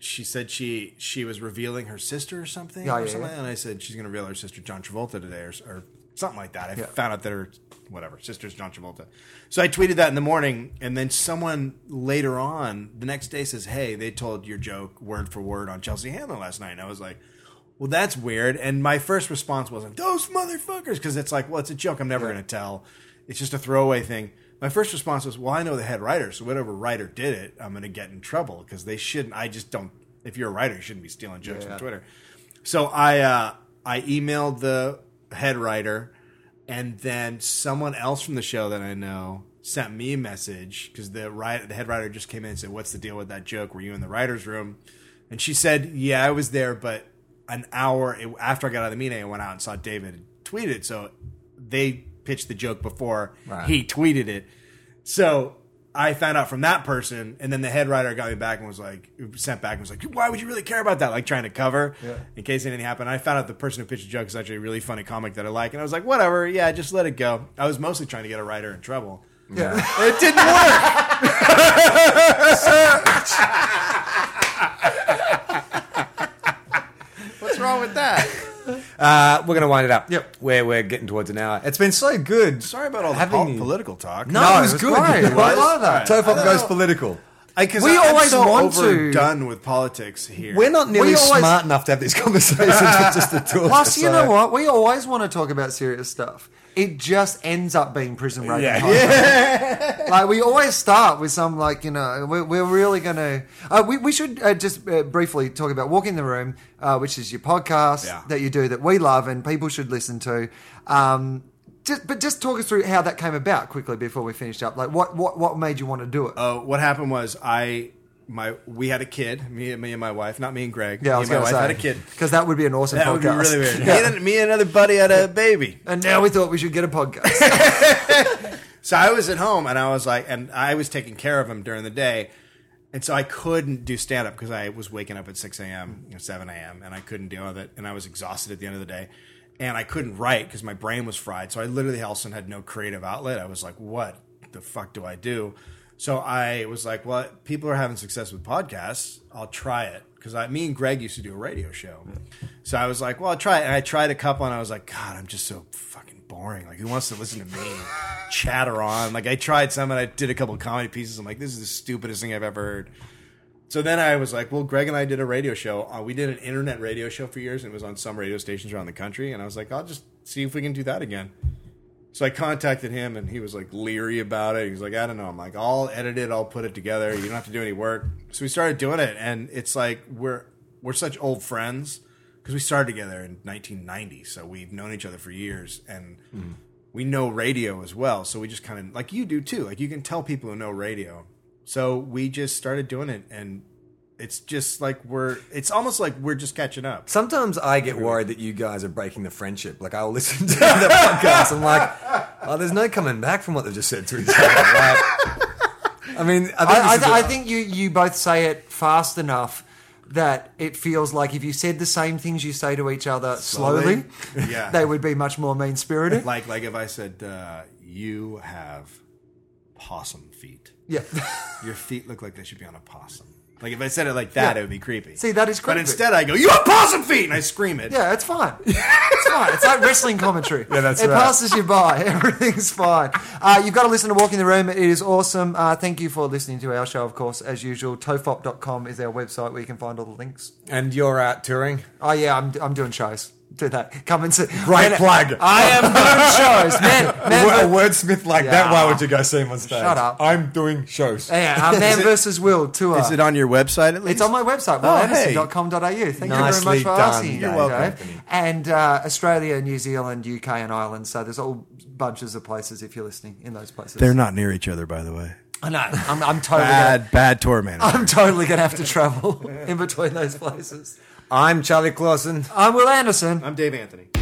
C: she said she she was revealing her sister or something.
B: Yeah,
C: or
B: yeah,
C: something.
B: yeah.
C: And I said she's going to reveal her sister John Travolta today or, or something like that. I
B: Yeah.
C: found out that her, whatever, sister's John Travolta. So I tweeted that in the morning. And then someone later on the next day says, Hey, they told your joke word for word on Chelsea Handler last night. And I was like, well, that's weird. And my first response wasn't those motherfuckers because it's like, well, it's a joke. I'm never going to tell. It's just a throwaway thing. My first response was, well, I know the head writer, so whatever writer did it, I'm going to get in trouble because they shouldn't. I just don't. If you're a writer, you shouldn't be stealing jokes
B: Yeah.
C: from Twitter. So I uh, I emailed the head writer, and then someone else from the show that I know sent me a message because the writer, the head writer just came in and said, "What's the deal with that joke? Were you in the writers' room?" And she said, "Yeah, I was there, but an hour it- after I got out of the meeting, I went out and saw David and tweeted it. So they pitched the joke before
A: Right.
C: he tweeted it. So." I found out from that person, and then the head writer got me back and was like, sent back and was like, "Why would you really care about that?" Like trying to cover
B: Yeah.
C: in case anything happened. I found out the person who pitched the joke is actually a really funny comic that I like, and I was like, whatever, yeah, just let it go. I was mostly trying to get a writer in trouble.
A: Yeah.
C: It didn't work. What's wrong with that?
A: Uh, we're going to wind it up.
B: Yep.
A: We're we're getting towards an hour. It's been so good.
C: Sorry about all the
A: Having
C: pol-
A: you.
C: political talk.
A: No,
B: No,
A: it was,
B: it was
A: good.
B: great.
A: It was.
B: I love that.
A: Tofop goes political.
C: I, cause
B: We
C: I, I'm
B: always
C: so
B: want to-
C: overdone with politics here.
A: We're not nearly
B: We always-
A: smart enough to have these conversations with just the two of us.
B: Plus, you know
A: so-
B: what? We always want to talk about serious stuff. It just ends up being prison rape.
A: Yeah.
B: like we always start with some like you know we're, we're really gonna. Uh, we we should uh, just uh, briefly talk about walking the room, uh, which is your podcast
C: Yeah.
B: that you do that we love and people should listen to. Um, just, but just talk us through how that came about quickly before we finished up. Like what what what made you want to do it?
C: Uh, what happened was I my we had a kid. Me, me and my wife, not me and Greg.
B: yeah, I
C: me
B: was
C: and my
B: going to
C: wife
B: say
C: had a kid.
B: because that would be an awesome
C: That
B: podcast.
C: would be really weird.
B: Yeah.
C: Me, and, me and another buddy had a baby.
B: And now we thought we should get a podcast.
C: So I was at home and I was like, and I was taking care of him during the day. And so I couldn't do stand up because I was waking up at 6 a.m., you know, 7 a.m., and I couldn't deal with it. And I was exhausted at the end of the day. And I couldn't write because my brain was fried. So I literally, Helson had no creative outlet. I was like, what the fuck do I do? So I was like, well, people are having success with podcasts. I'll try it because I, me and Greg used to do a radio show. So I was like, well, I'll try it. And I tried a couple, and I was like, God, I'm just so fucking boring. Like, who wants to listen to me chatter on? Like, I tried some, and I did a couple of comedy pieces. I'm like, this is the stupidest thing I've ever heard. So then I was like, well, Greg and I did a radio show. Uh, we did an internet radio show for years, and it was on some radio stations around the country. And I was like, I'll just see if we can do that again. So I contacted him, and he was like leery about it. He was like, I don't know. I'm like, I'll edit it. I'll put it together. You don't have to do any work. So we started doing it, and it's like we're we're such old friends because we started together in 1990. So we've known each other for years, and we know radio as well. So we just kind of like you do too. Like you can tell people who know radio. So we just started doing it, and it's just like we're. It's almost like we're just catching up.
A: Sometimes I get worried that you guys are breaking the friendship. Like I'll listen to the podcast. I'm like, oh, there's no coming back from what they've just said to each other. Like, I mean, I think, this
B: I,
A: is a-
B: I, I think you, you both say it fast enough that it feels like if you said the same things you say to each other slowly,
C: Slowly. Yeah.
B: they would be much more mean spirited.
C: Like like if I said, uh, "You have possum feet.
B: yeah.
C: Your feet look like they should be on a possum." Like if I said it like that, it would be creepy.
B: See, that is
C: But
B: creepy.
C: instead, I go, "You have possum feet," and I scream it.
B: Yeah, it's fine. It's fine. It's like wrestling commentary. Yeah,
A: that's
B: it
A: right.
B: passes you by. Everything's fine. Uh, you've got to listen to Walk in the Room. It is awesome. Uh, thank you for listening to our show, of course, as usual. Tofop.com is our website where you can find all the links.
A: and you're out touring.
B: Oh yeah, I'm I'm doing shows. Do that. Come and see.
A: Great
B: Man,
A: plug.
B: I am doing shows, man. Man,
A: Wo- a
B: ver-
A: wordsmith like that. Why would you go see him on stage?
B: Shut up.
A: I'm doing shows.
B: yeah, uh, Man versus Will tour.
C: Is it on your website at least?
B: it's on my website,
C: Oh, hey.
B: willanderson.com.au.
A: Nicely
B: Thank you very much for
A: done,
B: asking.
A: You're
B: Dave.
A: welcome, Anthony.
B: And uh, Australia, New Zealand, UK, and Ireland. So there's all bunches of places if you're listening in those places.
C: They're not near each other, by the way.
B: I know. I'm, I'm totally. Gonna,
C: Bad, bad tour manager.
B: I'm totally going to have to travel in between those places.
A: I'm Charlie Clausen.
B: I'm Will Anderson.
C: I'm Dave Anthony.